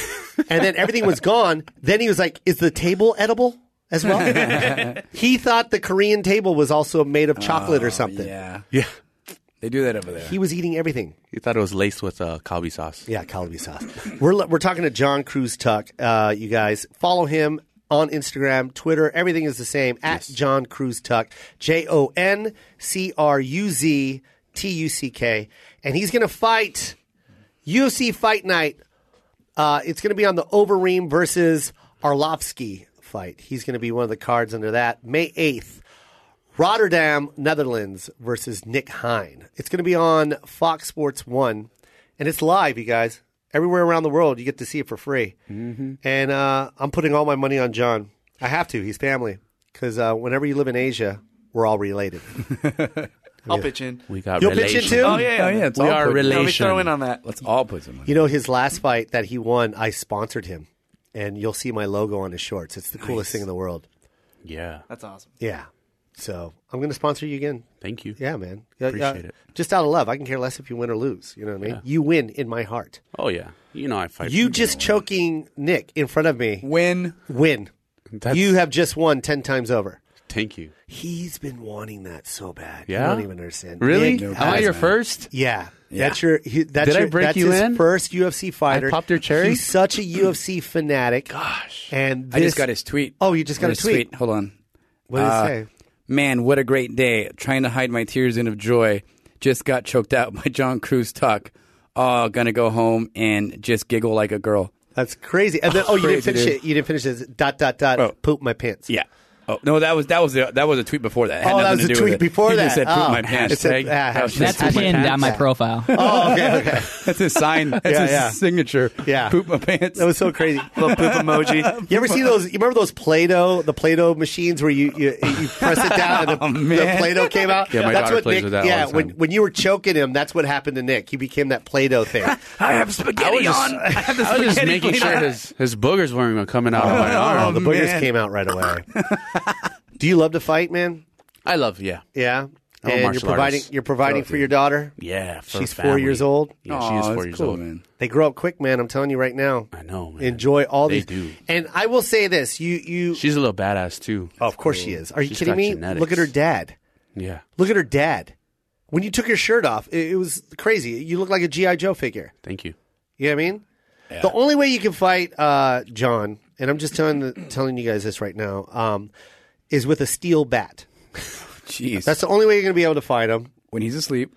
S2: And then everything was gone. Then he was like, Is the table edible as
S5: (laughs)
S2: well? he thought the Korean table was also made of chocolate or something.
S5: Oh, Yeah,
S4: Yeah.
S5: they do that over there.
S2: He was eating everything.
S4: He thought it was laced with uh, kalbi sauce.
S2: Yeah, Calabi sauce. we're we're talking to John Cruz Tuck. Uh, you guys follow him on Instagram, Twitter. Everything is the same at John Cruz Tuck. J O N C R U Z T U C K, and he's going to fight UFC Fight Night. Uh, it's going to be on the Overeem versus Arlovsky fight. He's going to be one of the cards under that. May eighth. Rotterdam, Netherlands versus Nick Hine. It's going to be on Fox Sports 1, and it's live, you guys. Everywhere around the world, you get to see it for free.
S4: Mm-hmm.
S2: And uh, I'm putting all my money on John. I have to. He's family. Because uh, whenever you live in Asia, we're all
S4: (laughs)
S2: related.
S3: I'll pitch in.
S4: We got
S2: You'll pitch
S4: relation.
S2: in too?
S3: Oh yeah,
S5: Oh, yeah, it's
S4: We
S5: all
S4: are
S5: put-
S4: related.
S3: No, we throw in on that.
S5: Let's all put some money.
S2: You know, his last fight that he won, I sponsored him. And you'll see my logo on his shorts. It's the coolest thing in the world.
S4: Yeah.
S3: That's awesome.
S2: Yeah. So I'm going to sponsor you again.
S4: Thank you.
S2: Yeah, man. Yeah,
S4: Appreciate
S2: yeah.
S4: it.
S2: Just out of love. I can care less if you win or lose. You know what I mean? You win in my heart.
S4: Oh, yeah. You know I fight.
S2: You just choking Nick in front of me.
S5: When
S2: Win.
S4: That's-
S2: You have just won 10 times over.
S4: Thank you.
S2: He's been wanting that so bad.
S4: Yeah?
S2: You don't even understand.
S4: Really?
S2: Nick
S4: Am
S2: has-
S4: I your first?
S2: yeah. That's your. He, that's
S4: Did I
S2: your,
S4: break
S2: that's
S4: you
S2: his
S4: in?
S2: first UFC fighter.
S4: popped your cherry?
S2: He's such a UFC fanatic. Gosh. And
S5: I
S2: this-
S5: just got his tweet.
S2: Oh, you just got
S5: Or
S2: a
S5: his
S2: tweet.
S5: Hold on.
S2: What did it
S5: Uh,
S2: say?
S5: Man, what a great day! Trying to hide my tears in of joy. Just got choked out (laughs) by John Cruz Tuck. Oh, gonna go home and just giggle like a girl.
S2: That's crazy. And then, oh, you didn't
S5: Crazy,
S2: finish
S5: dude.
S2: it. You didn't finish this. Dot, dot, dot.
S5: Oh.
S2: Poop my pants.
S5: Yeah. Oh no, that was that was a, that was a tweet before that. It had
S2: Oh, that
S5: nothing
S2: was
S5: to
S2: a
S5: do with
S2: tweet
S5: it.
S2: before
S5: he
S2: that.
S5: Just said, "Poop
S2: Oh.
S5: my pants."
S2: It's a-
S5: Tag.
S2: ah,
S5: That was
S2: hashtag.
S5: just-
S6: That's pinned on my profile.
S2: Oh, okay, okay.
S5: (laughs) that's his sign.
S2: (laughs)
S5: That's
S2: Yeah,
S5: his
S2: yeah.
S5: signature.
S2: Yeah.
S5: poop my pants.
S2: That was so crazy.
S3: Little poop emoji.
S4: (laughs)
S2: You ever see those? You remember those Play-Doh, the Play-Doh machines where you you, you press it down and the,
S5: (laughs) Oh,
S2: the
S5: man.
S2: Play-Doh came out?
S4: Yeah, my
S2: that's
S4: daughter
S2: what
S4: plays
S2: Nick,
S4: with that all
S2: Yeah,
S4: the
S2: when
S4: time.
S2: when you were choking him, that's what happened to Nick. He became that Play-Doh thing.
S5: I have
S2: (laughs)
S5: spaghetti
S4: just-
S5: on. I have the
S4: I was just
S5: spaghetti
S4: making
S5: cleaner.
S4: sure his, his boogers weren't coming out of
S2: (laughs)
S4: my arm.
S2: oh, the boogers
S5: man.
S2: came out right away. Do you love to fight, man?
S4: I love, yeah.
S2: Yeah,
S4: I'm a
S2: and you're
S4: martial
S2: providing
S4: artist.
S2: you're providing for your daughter.
S4: Yeah. for
S2: She's four
S4: family.
S2: years old.
S4: Yeah,
S5: Aw,
S4: she is four
S5: that's
S4: years
S5: cool,
S4: old.
S5: man.
S2: They grow up quick, man. I'm telling you right now.
S4: I know, man.
S2: Enjoy all
S4: They
S2: these.
S4: do.
S2: And I will say this: you you.
S4: She's a little badass, too.
S2: oh, of course she is. Are you
S4: She's
S2: kidding
S4: got
S2: me?
S4: genetics.
S2: Look at her dad.
S4: Yeah.
S2: Look at her dad. When you took your shirt off, it, it was crazy. You look like a G.I. Joe figure.
S4: Thank you.
S2: You know what I mean? The only way you can fight uh, John, and I'm just telling the, telling you guys this right now, um, is with a steel bat.
S5: Jeez,
S2: That's the only way you're going to be able to fight him.
S5: when he's asleep.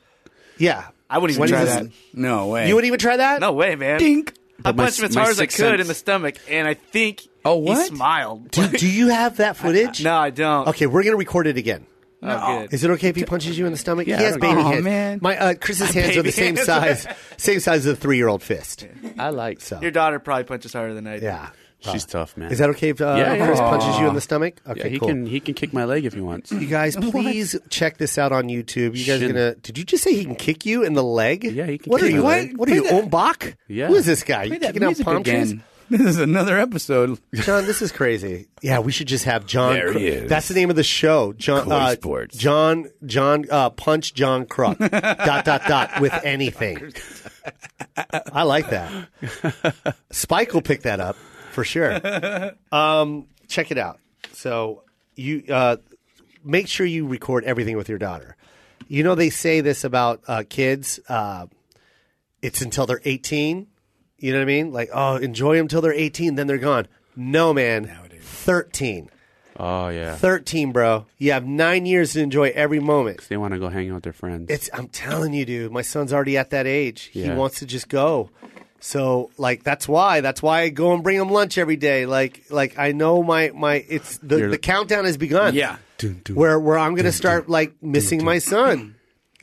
S2: Yeah.
S3: I wouldn't even
S2: When
S3: try
S2: is
S3: that.
S2: this-
S5: No way.
S2: You wouldn't even try that?
S3: No way, man.
S5: Dink.
S3: I
S4: my-
S3: punched him as
S4: my
S3: hard as I could
S4: sixth
S3: in
S4: sense.
S3: the stomach, and I think
S5: Oh, what?
S3: he smiled.
S2: Do, do you have that
S3: (laughs)
S2: footage?
S3: No, I don't.
S2: Okay, we're going to record it again.
S3: Oh, good.
S2: Is it okay if he punches you in the stomach? he has
S5: I don't
S2: baby
S5: care. Aw,
S2: hands.
S5: man.
S2: My uh, Chris's hands are the
S3: baby
S2: same
S3: hands.
S2: size, same size as a three year old fist.
S4: I like. So.
S3: Your daughter probably punches harder than I do.
S2: Yeah.
S4: She's tough, man.
S2: Is that okay if uh,
S4: Yeah, yeah.
S2: Chris punches you in the stomach? Okay,
S4: Yeah, he
S2: cool.
S4: can he can kick my leg if he wants.
S2: You guys, please check this out on YouTube. You guys are
S4: Shin.
S2: gonna. Did you just say he can kick you in the leg?
S4: Yeah, he can
S2: What
S4: kick
S2: are
S4: my
S2: you?
S4: leg.
S2: What are you,
S5: Play that-
S2: Ombach?
S4: Yeah.
S2: Who is this guy?
S5: Play
S2: You
S5: that
S2: kicking out
S5: music
S2: palm trees?
S5: again. This is another episode.
S2: John, this is crazy. Yeah, we should just have John.
S5: There he
S2: Crook.
S5: is.
S2: That's the name of the show. John.
S5: Koi
S2: uh,
S5: Sports.
S2: John. John. Uh, punch John Crook. dot dot dot with anything. I like that. Spike will pick that up for sure. Um, check it out. So you uh, make sure you record everything with your daughter. You know they say this about uh, kids. Uh, it's until they're eighteen. You know what I mean? Like, oh, enjoy them till they're 18, then they're gone. No, man. 13.
S4: Oh yeah,
S2: 13, bro. You have nine years to enjoy every moment.
S4: they want to go hang out with their friends.
S2: It's, I'm telling you, dude, my son's already at that age. He
S4: Yeah.
S2: wants to just go. So, like, that's why. That's why I go and bring him lunch every day. Like, like I know my, my, it's the,
S4: You're-
S2: the countdown has begun.
S5: Yeah.
S2: Where, where I'm going to start, like, missing my son,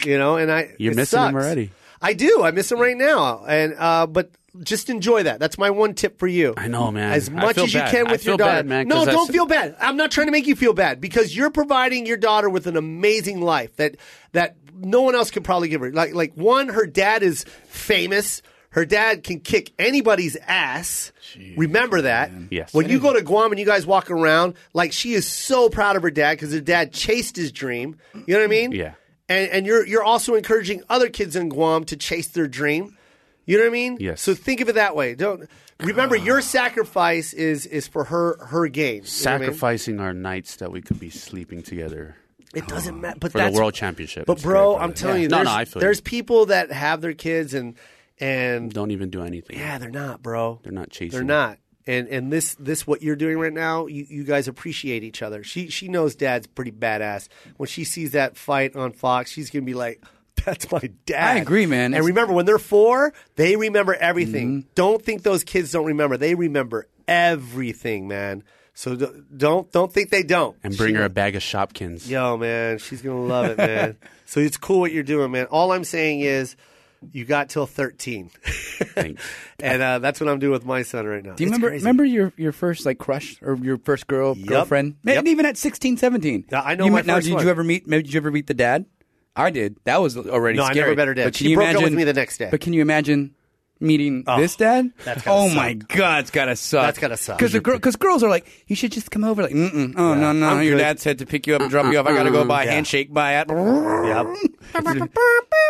S2: you know, and I,
S4: You're
S2: it
S4: missing him
S2: sucks.
S4: already.
S2: I do. I miss him right now. And, uh, but just enjoy that. That's my one tip for you.
S4: I know, man.
S2: As
S4: I
S2: much
S4: feel
S2: as you
S4: bad.
S2: can
S4: I
S2: with your
S4: feel bad,
S2: daughter.
S4: man,
S2: no,
S4: 'cause I
S2: don't
S4: s-
S2: feel bad. I'm not trying to make you feel bad because you're providing your daughter with an amazing life that that no one else can probably give her. Like like one, her dad is famous. Her dad can kick anybody's ass. Remember that.
S4: Yes.
S2: When you go to Guam and you guys walk around, like she is so proud of her dad because her dad chased his dream. You know what I mean?
S4: Yeah.
S2: And and you're you're also encouraging other kids in Guam to chase their dream. You know what I mean?
S4: Yes.
S2: So think of it that way. Don't remember your sacrifice is is for her her gain. You know what I mean?
S4: Sacrificing our nights that we could be sleeping together
S2: It doesn't matter. But
S4: for
S2: that's
S4: the world championship.
S2: But
S4: It's
S2: bro,
S4: great,
S2: I'm
S4: brother.
S2: telling you,
S4: no,
S2: there's,
S4: no, I feel you.
S2: there's people that have their kids and and
S4: don't even do anything.
S2: yeah, they're not, bro.
S4: They're not chasing.
S2: They're not. And and this this what you're doing right now, you, you guys appreciate each other. She she knows dad's pretty badass. When she sees that fight on Fox, she's gonna be like, That's my dad.
S5: I agree, man.
S2: And
S5: It's- Mm-hmm.
S2: remember when they're four, they remember everything. Don't think those kids don't remember. They remember everything, man. So d- don't don't think they don't.
S4: And bring her a bag of Shopkins.
S2: Yo, man, she's gonna love it, man. so it's cool what you're doing, man. All I'm saying is, you got till 13,
S4: Thanks.
S2: (laughs) and uh, that's what I'm doing with my son right now.
S5: Do you
S2: It's
S5: remember
S2: crazy.
S5: remember your, your first like crush or your first girl girlfriend? Man,
S2: Yep.
S5: And even at 16, 17.
S2: Yeah, I know
S5: You
S2: my
S5: met- now,
S2: first
S5: did
S2: one.
S5: you ever meet? Maybe did you ever meet the dad? I did. That was already
S2: No, I
S5: scary.
S2: never met her dad.
S5: But
S2: She
S5: can you
S2: broke up with
S5: imagine-
S2: me the next day. Oh,
S5: But can you imagine meeting this dad?
S2: that's gotta
S5: oh
S2: suck.
S5: my god, it's gotta suck.
S2: That's gotta suck.
S5: Because girl, because girls are like, you should just come over. Like, mm-mm. oh no, no,
S2: I'm
S5: your
S2: good.
S5: dad said to pick you up and drop you off. I gotta go by
S2: Yeah.
S5: handshake. Bye. at-
S2: Yep.
S5: (laughs)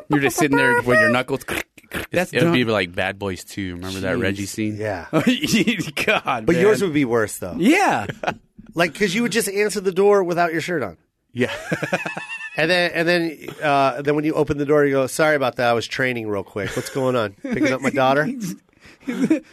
S5: You're just sitting there with
S4: (laughs)
S5: your knuckles. (laughs) That's
S4: it would be
S5: dumb.
S4: like Bad Boys 2. Remember that
S5: Jeez.
S4: Reggie scene?
S2: Yeah.
S5: Uh, God,
S2: But
S5: man.
S2: yours would be worse though,
S5: yeah.
S2: like because you would just answer the door without your shirt on,
S4: Yeah.
S2: (laughs) and then and then uh, then when you open the door, you go, "Sorry about that, I was training real quick. What's going on? Picking up my daughter."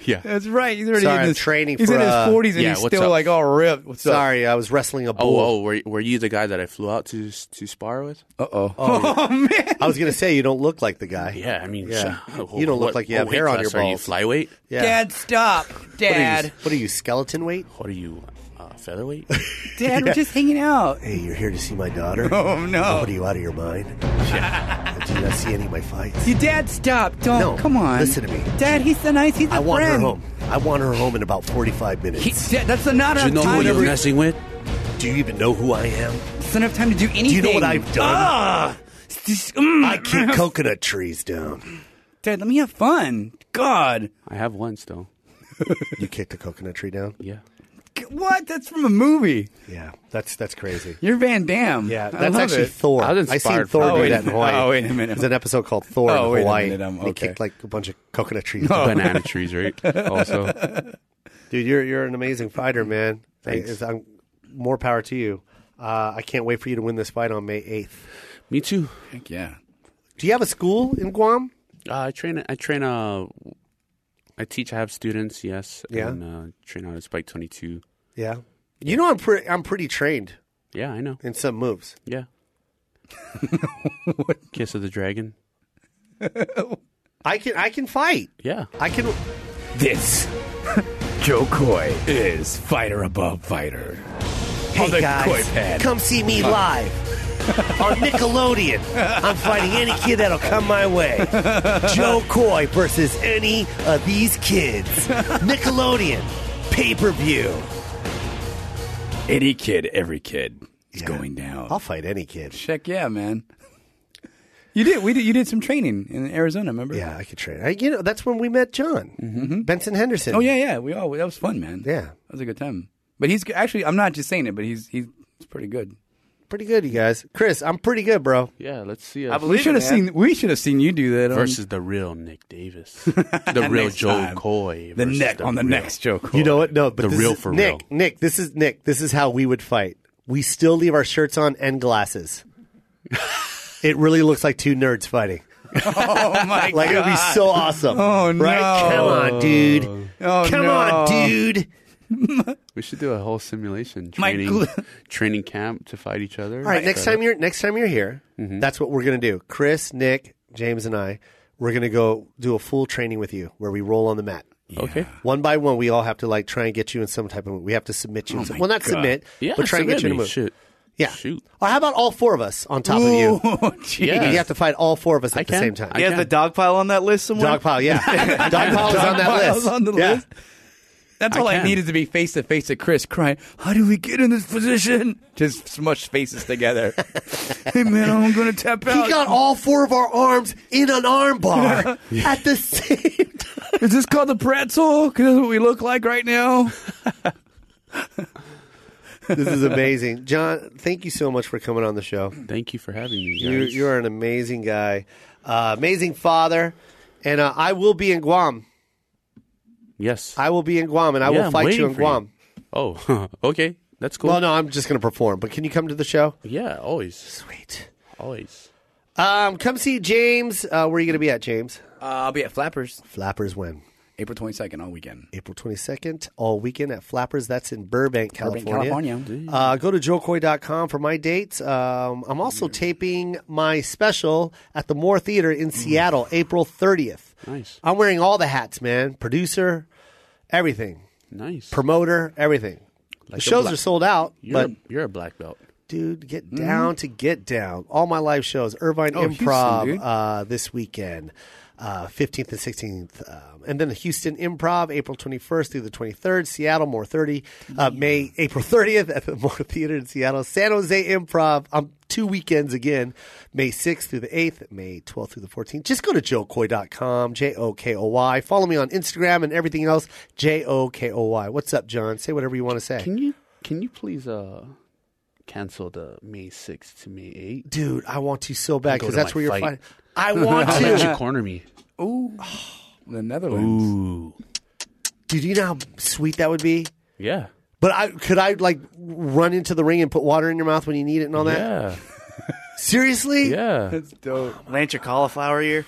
S4: yeah.
S5: That's right. He's already
S2: Sorry,
S5: in
S2: I'm
S5: his
S2: training
S5: He's
S2: for,
S5: in his
S2: uh,
S5: forties and
S4: yeah,
S5: he's
S4: what's
S5: still
S4: up?
S5: like all ripped. What's
S2: Sorry, I was wrestling a bull.
S4: Oh, oh, were, were you the guy that I flew out to to spar with?
S5: up? Uh oh. (laughs) Oh man.
S2: I was gonna say you don't look like the guy.
S4: Yeah, I mean, (laughs)
S2: Yeah.
S4: sh-
S2: You don't look like you have
S4: weight
S2: hair on
S4: class
S2: your
S4: Are you
S2: balls.
S4: flyweight?
S2: yeah.
S5: Dad, stop.
S2: What are you-
S5: Dad.
S2: what are you skeleton weight?
S4: What are you, uh,
S2: (laughs)
S4: featherweight?
S5: Dad, we're just hanging out.
S2: Hey, you're here to see my
S5: (laughs)
S2: daughter.
S5: Oh no.
S2: What are you out of your mind? Do you not see any of my fights?
S5: You dad, stop. Don't
S2: No,
S5: come on.
S2: listen to me.
S5: Dad, he's so nice. He's a
S2: I want her
S5: friend.
S2: home. I want her home in about 45 minutes.
S5: He, Dad, that's not
S4: Do
S5: enough
S4: you know who
S5: time.
S4: you're
S5: To,
S4: messing with?
S2: Do you even know who I am?
S5: that's not enough time to do anything.
S2: Do you know what I've done?
S5: Ah, It's just- mm.
S2: I kick coconut trees down.
S5: Dad, let me have fun. God,
S4: I have once though.
S2: You kicked a coconut tree down?
S4: Yeah.
S5: G- what? That's from a movie.
S2: Yeah, that's that's crazy.
S5: You're Van Damme.
S2: Yeah,
S5: I
S2: that's
S5: love
S2: actually
S5: it.
S2: Thor.
S4: I was
S2: I seen
S4: inspired
S2: Thor
S4: from-
S5: Oh,
S2: do
S5: wait
S2: that
S5: a
S2: in
S5: minute.
S2: Hawaii.
S5: Oh, wait a minute.
S2: There's an episode called Thor
S5: Oh,
S2: in
S5: wait a
S2: Hawaii.
S5: minute, I'm
S2: He
S5: okay.
S2: kicked like a bunch of coconut trees.
S5: (laughs)
S2: down.
S4: Banana trees, right?
S2: (laughs)
S4: Also,
S2: Dude, you're you're an amazing fighter, man. Thanks. I, am more power to you. Uh, I can't wait for you to win this fight on May 8th.
S4: me too.
S5: Heck yeah.
S2: Do you have a school in Guam?
S4: Uh, I train. I train. Uh, I teach. I have students. Yes.
S2: Yeah.
S4: And uh, train out at Spike Twenty Two.
S2: Yeah. You know I'm pretty I'm pretty trained
S4: Yeah, I know.
S2: in some moves.
S4: Yeah.
S2: (laughs)
S4: Kiss of the Dragon.
S2: I can I can fight.
S4: Yeah.
S2: I can
S5: This (laughs) Joe Coy is fighter above fighter. Hey
S2: guys,
S5: Coy Oh, pad.
S2: Come see me
S5: (laughs)
S2: live on Nickelodeon. I'm fighting any kid that'll come my way. Joe Coy versus any of these kids. Nickelodeon pay-per-view.
S5: Any kid, every kid is going down.
S2: I'll fight any kid.
S5: Check yeah, man. You did. We did. You did some training in Arizona. Remember?
S2: Yeah, I could train. I, you know, that's when we met John Benson Henderson.
S5: Oh yeah, yeah. We all. That was fun, man.
S2: Yeah.
S5: That was a good time. But he's actually. I'm not just saying it, but he's he's pretty good.
S2: pretty good, you guys. Chris, I'm pretty good, bro.
S4: Yeah. Let's see. uh,
S3: I
S4: Us.
S5: We
S3: believe
S5: should
S3: it,
S5: have
S3: man.
S5: seen. We should have seen you do that on
S4: Versus the real Nick Davis, the real
S5: next
S4: Joe
S5: time.
S4: Coy.
S5: the
S4: versus
S5: neck on the
S4: real-
S5: next joke.
S2: You know what? No, but
S4: The
S2: this
S4: real
S2: is,
S4: for
S2: Nick,
S4: real.
S2: Nick, this is Nick. This is how we would fight. We still leave our shirts on and glasses.
S4: (laughs)
S2: it really looks like two nerds fighting.
S5: (laughs) Oh my
S2: Like it would be
S4: (laughs)
S5: god.
S2: so awesome.
S5: Oh,
S2: Right?
S5: no.
S2: Come on, dude.
S5: Oh,
S2: Come
S5: no.
S2: on,
S5: (laughs)
S2: dude.
S4: We should do a whole simulation
S5: My
S4: training
S5: gl-
S4: (laughs) training camp to fight each other.
S2: All right, next time you're next time you're here,
S4: Mm-hmm.
S2: that's what we're gonna do. Chris, Nick, James, and I, we're gonna go do a full training with you where we roll on the mat.
S4: Okay.
S2: One by one, Oh we all have to like try and get you in some type of. We have to submit you. in some, well, not submit,
S4: Oh Yeah,
S2: but try and
S4: submit
S2: get you in a
S4: me.
S2: move.
S4: Shit.
S2: Yeah.
S4: Shoot.
S2: Oh, how about all four of us on top of
S5: Oh,
S2: you?
S4: Yeah.
S2: And you have to fight all four of us at
S4: I
S2: the
S4: can.
S2: same time.
S4: I
S3: You have
S4: can.
S3: the dog pile on that list somewhere.
S2: Dogpile,
S4: (laughs)
S2: yeah. Dogpile is on that
S5: Dogpile's
S2: list.
S5: on the
S2: Yeah.
S5: list. That's all I,
S4: can.
S5: needed to be face to face with Chris, crying, "How do we get in this position?" Just smush faces
S2: (laughs)
S5: together. hey man, I'm gonna tap out.
S2: He got all four of our arms in an arm bar (laughs) at the same time.
S5: Is this called the pretzel? Because that's what we look like right now.
S2: This is amazing. John, thank you so much for coming on the show.
S4: Thank you for having me.
S2: You're,
S4: Guys.
S2: you're an amazing guy, uh, amazing father. And uh, I will be in Guam.
S4: yes.
S2: I will be in Guam, and I
S4: Yeah,
S2: will
S4: I'm
S2: fight
S4: waiting
S2: you in
S4: for
S2: Guam.
S4: oh, (laughs) okay. That's cool.
S2: Well, no, I'm just going to perform, but can you come to the show?
S4: Yeah, always.
S2: Sweet.
S4: Always.
S2: Um, come see James. Uh, where are you going to be at, James?
S5: Uh, I'll be at Flappers When.
S2: When?
S5: April 22nd, all weekend.
S2: April 22nd, all weekend at Flappers. That's in Burbank,
S5: Burbank,
S2: California.
S5: California.
S2: Uh, go to joelcoy.com for my dates. Um, I'm also taping my special at the Moore Theater in Seattle, April 30th.
S4: Nice.
S2: I'm wearing all the hats, man. Producer, everything.
S4: Nice.
S2: Promoter, everything. the shows
S4: black-
S2: are sold out,
S4: you're,
S2: but
S4: a, you're a black belt.
S2: dude, get down to get down. All my live shows, Irvine
S5: Hmm? Oh, Houston,
S2: Improv
S5: dude.
S2: uh, this weekend, uh, 15th and 16th. Um, and then the Houston Improv, April 21st through the 23rd. Seattle, More 30, uh, May, April 30th at the (laughs) More Theater in Seattle. San Jose Improv, um, two weekends again, May 6th through the 8th, May 12th through the 14th. Just go to joekoy.com, J O K O Y. Follow me on Instagram and everything else, J O K O Y. What's up, John? Say whatever you want to say.
S4: Can you can you please uh cancel the May 6th to May 8th?
S2: dude, I want to so bad
S4: Go
S2: because
S4: to
S2: that's
S4: my
S2: where you're
S4: fight.
S2: fighting.
S4: (laughs)
S2: I want
S4: I'll let you
S2: to.
S4: corner me.
S5: The Netherlands.
S2: (laughs) Dude, you know how sweet that would be.
S4: Yeah.
S2: But I could I like run into the ring and put water in your mouth when you need it and all that.
S4: Yeah.
S2: Seriously,
S4: Yeah.
S5: That's dope.
S3: Plant your cauliflower ear.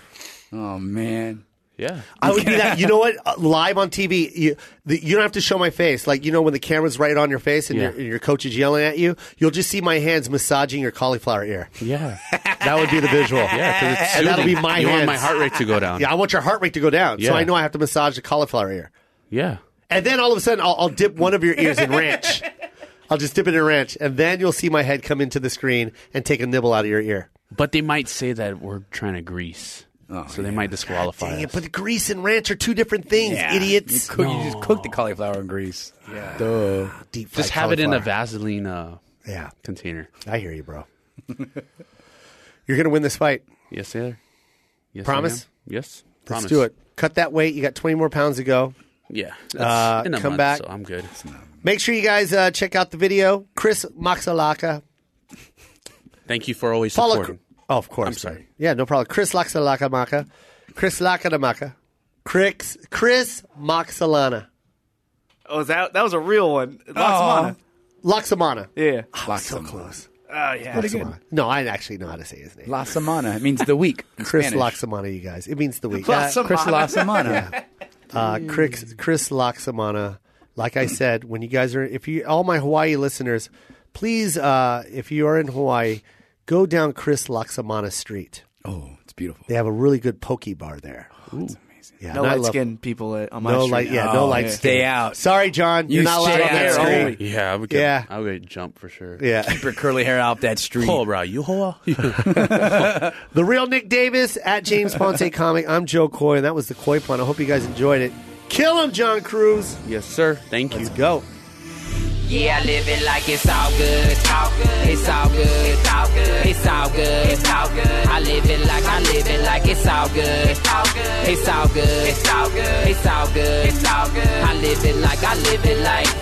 S5: Oh, man.
S4: Yeah.
S2: I would be that. You know what? Uh, Live on TV, you the, you don't have to show my face. Like you know when the camera's right on your face and,
S4: Yeah.
S2: your, and your coach is yelling at you, you'll just see my hands massaging your cauliflower ear.
S4: Yeah.
S2: That would be the visual.
S4: Yeah, because it's
S2: And that'll
S4: soothing.
S2: be my
S4: You want
S2: hands.
S4: my heart rate to go down.
S2: Yeah, I want your heart rate to go down, so
S4: Yeah.
S2: I know I have to massage the cauliflower ear.
S4: Yeah.
S2: And then all of a sudden, I'll, I'll dip one of your ears in ranch. I'll just dip it in ranch, and then you'll see my head come into the screen and take a nibble out of your ear.
S4: But they might say that we're trying to grease. so they might disqualify
S2: Oh, Dang it,
S4: us.
S2: but grease and ranch are two different things, idiots.
S5: You, cook, you just cook the cauliflower in grease. Yeah. Duh.
S2: Deep fried
S4: Just have it in a
S2: cauliflower.
S4: Vaseline uh,
S2: Yeah,
S4: container.
S2: I hear you, bro. (laughs) You're gonna win this fight.
S4: Yes, sir. Yes, I
S2: Promise?
S4: am. Yes.
S2: Let's
S4: Promise.
S2: do it. Cut that weight. You got 20 more pounds to go.
S4: Yeah.
S2: Uh,
S4: That's in a
S2: come
S4: month,
S2: back.
S4: So I'm good.
S2: Make sure you guys uh, check out the video. Chris Maxalaka.
S4: Thank you for always
S2: Follow.
S4: supporting.
S2: Oh, of course.
S4: I'm sorry.
S2: man. Yeah, no problem. Chris Laxalaka Maka. Chris Lakanamaka. Chris, Chris Maxalana.
S3: Oh, is that that was a real one. Loxamana.
S2: Laxamana.
S3: Yeah.
S5: so
S2: close.
S3: Oh yeah.
S5: Laxamana.
S2: No, I actually know how to say his name.
S5: La semana. It means the week. in
S2: Chris
S5: Spanish.
S2: Laxamana, you guys. It means the week.
S3: La
S2: Uh,
S3: Semana.
S5: Chris
S2: (laughs)
S5: La semana.
S2: uh, Chris, Chris Laxamana. Like I said, when you guys are, if you, all my Hawaii listeners, please, uh, if you are in Hawaii, go down Chris Laxamana Street.
S5: Oh, it's beautiful.
S2: They have a really good poke bar there. Yeah,
S3: No
S2: and I
S3: light
S2: love-
S3: skinned people at, on my
S2: No
S3: street.
S2: light, yeah, no
S5: Oh,
S2: light.
S5: yeah.
S2: skin.
S5: Stay out.
S2: Sorry, John. You're
S5: You
S2: not allowed
S5: stay
S2: on that
S5: out.
S2: street.
S5: Only.
S4: Yeah. I'm good.
S2: Yeah.
S4: I would jump for sure.
S2: Yeah.
S5: Keep your curly hair out that street.
S4: Oh, bro, you hoa.
S2: (laughs) The real Nick Davis at James Ponce Comic. I'm Joe Coy, and that was the Coy Pun. I hope you guys enjoyed it. Kill him, John Cruz.
S4: yes, sir. Thank you.
S2: Let's go.
S9: (laughs) Yeah, I live it like it's all good. It's all good. It's all good. It's all good. It's all good. It's all good. I live it like I live it like it's all good. It's all good. It's all good. It's all good. It's all good. It's all good. I live it like I live it like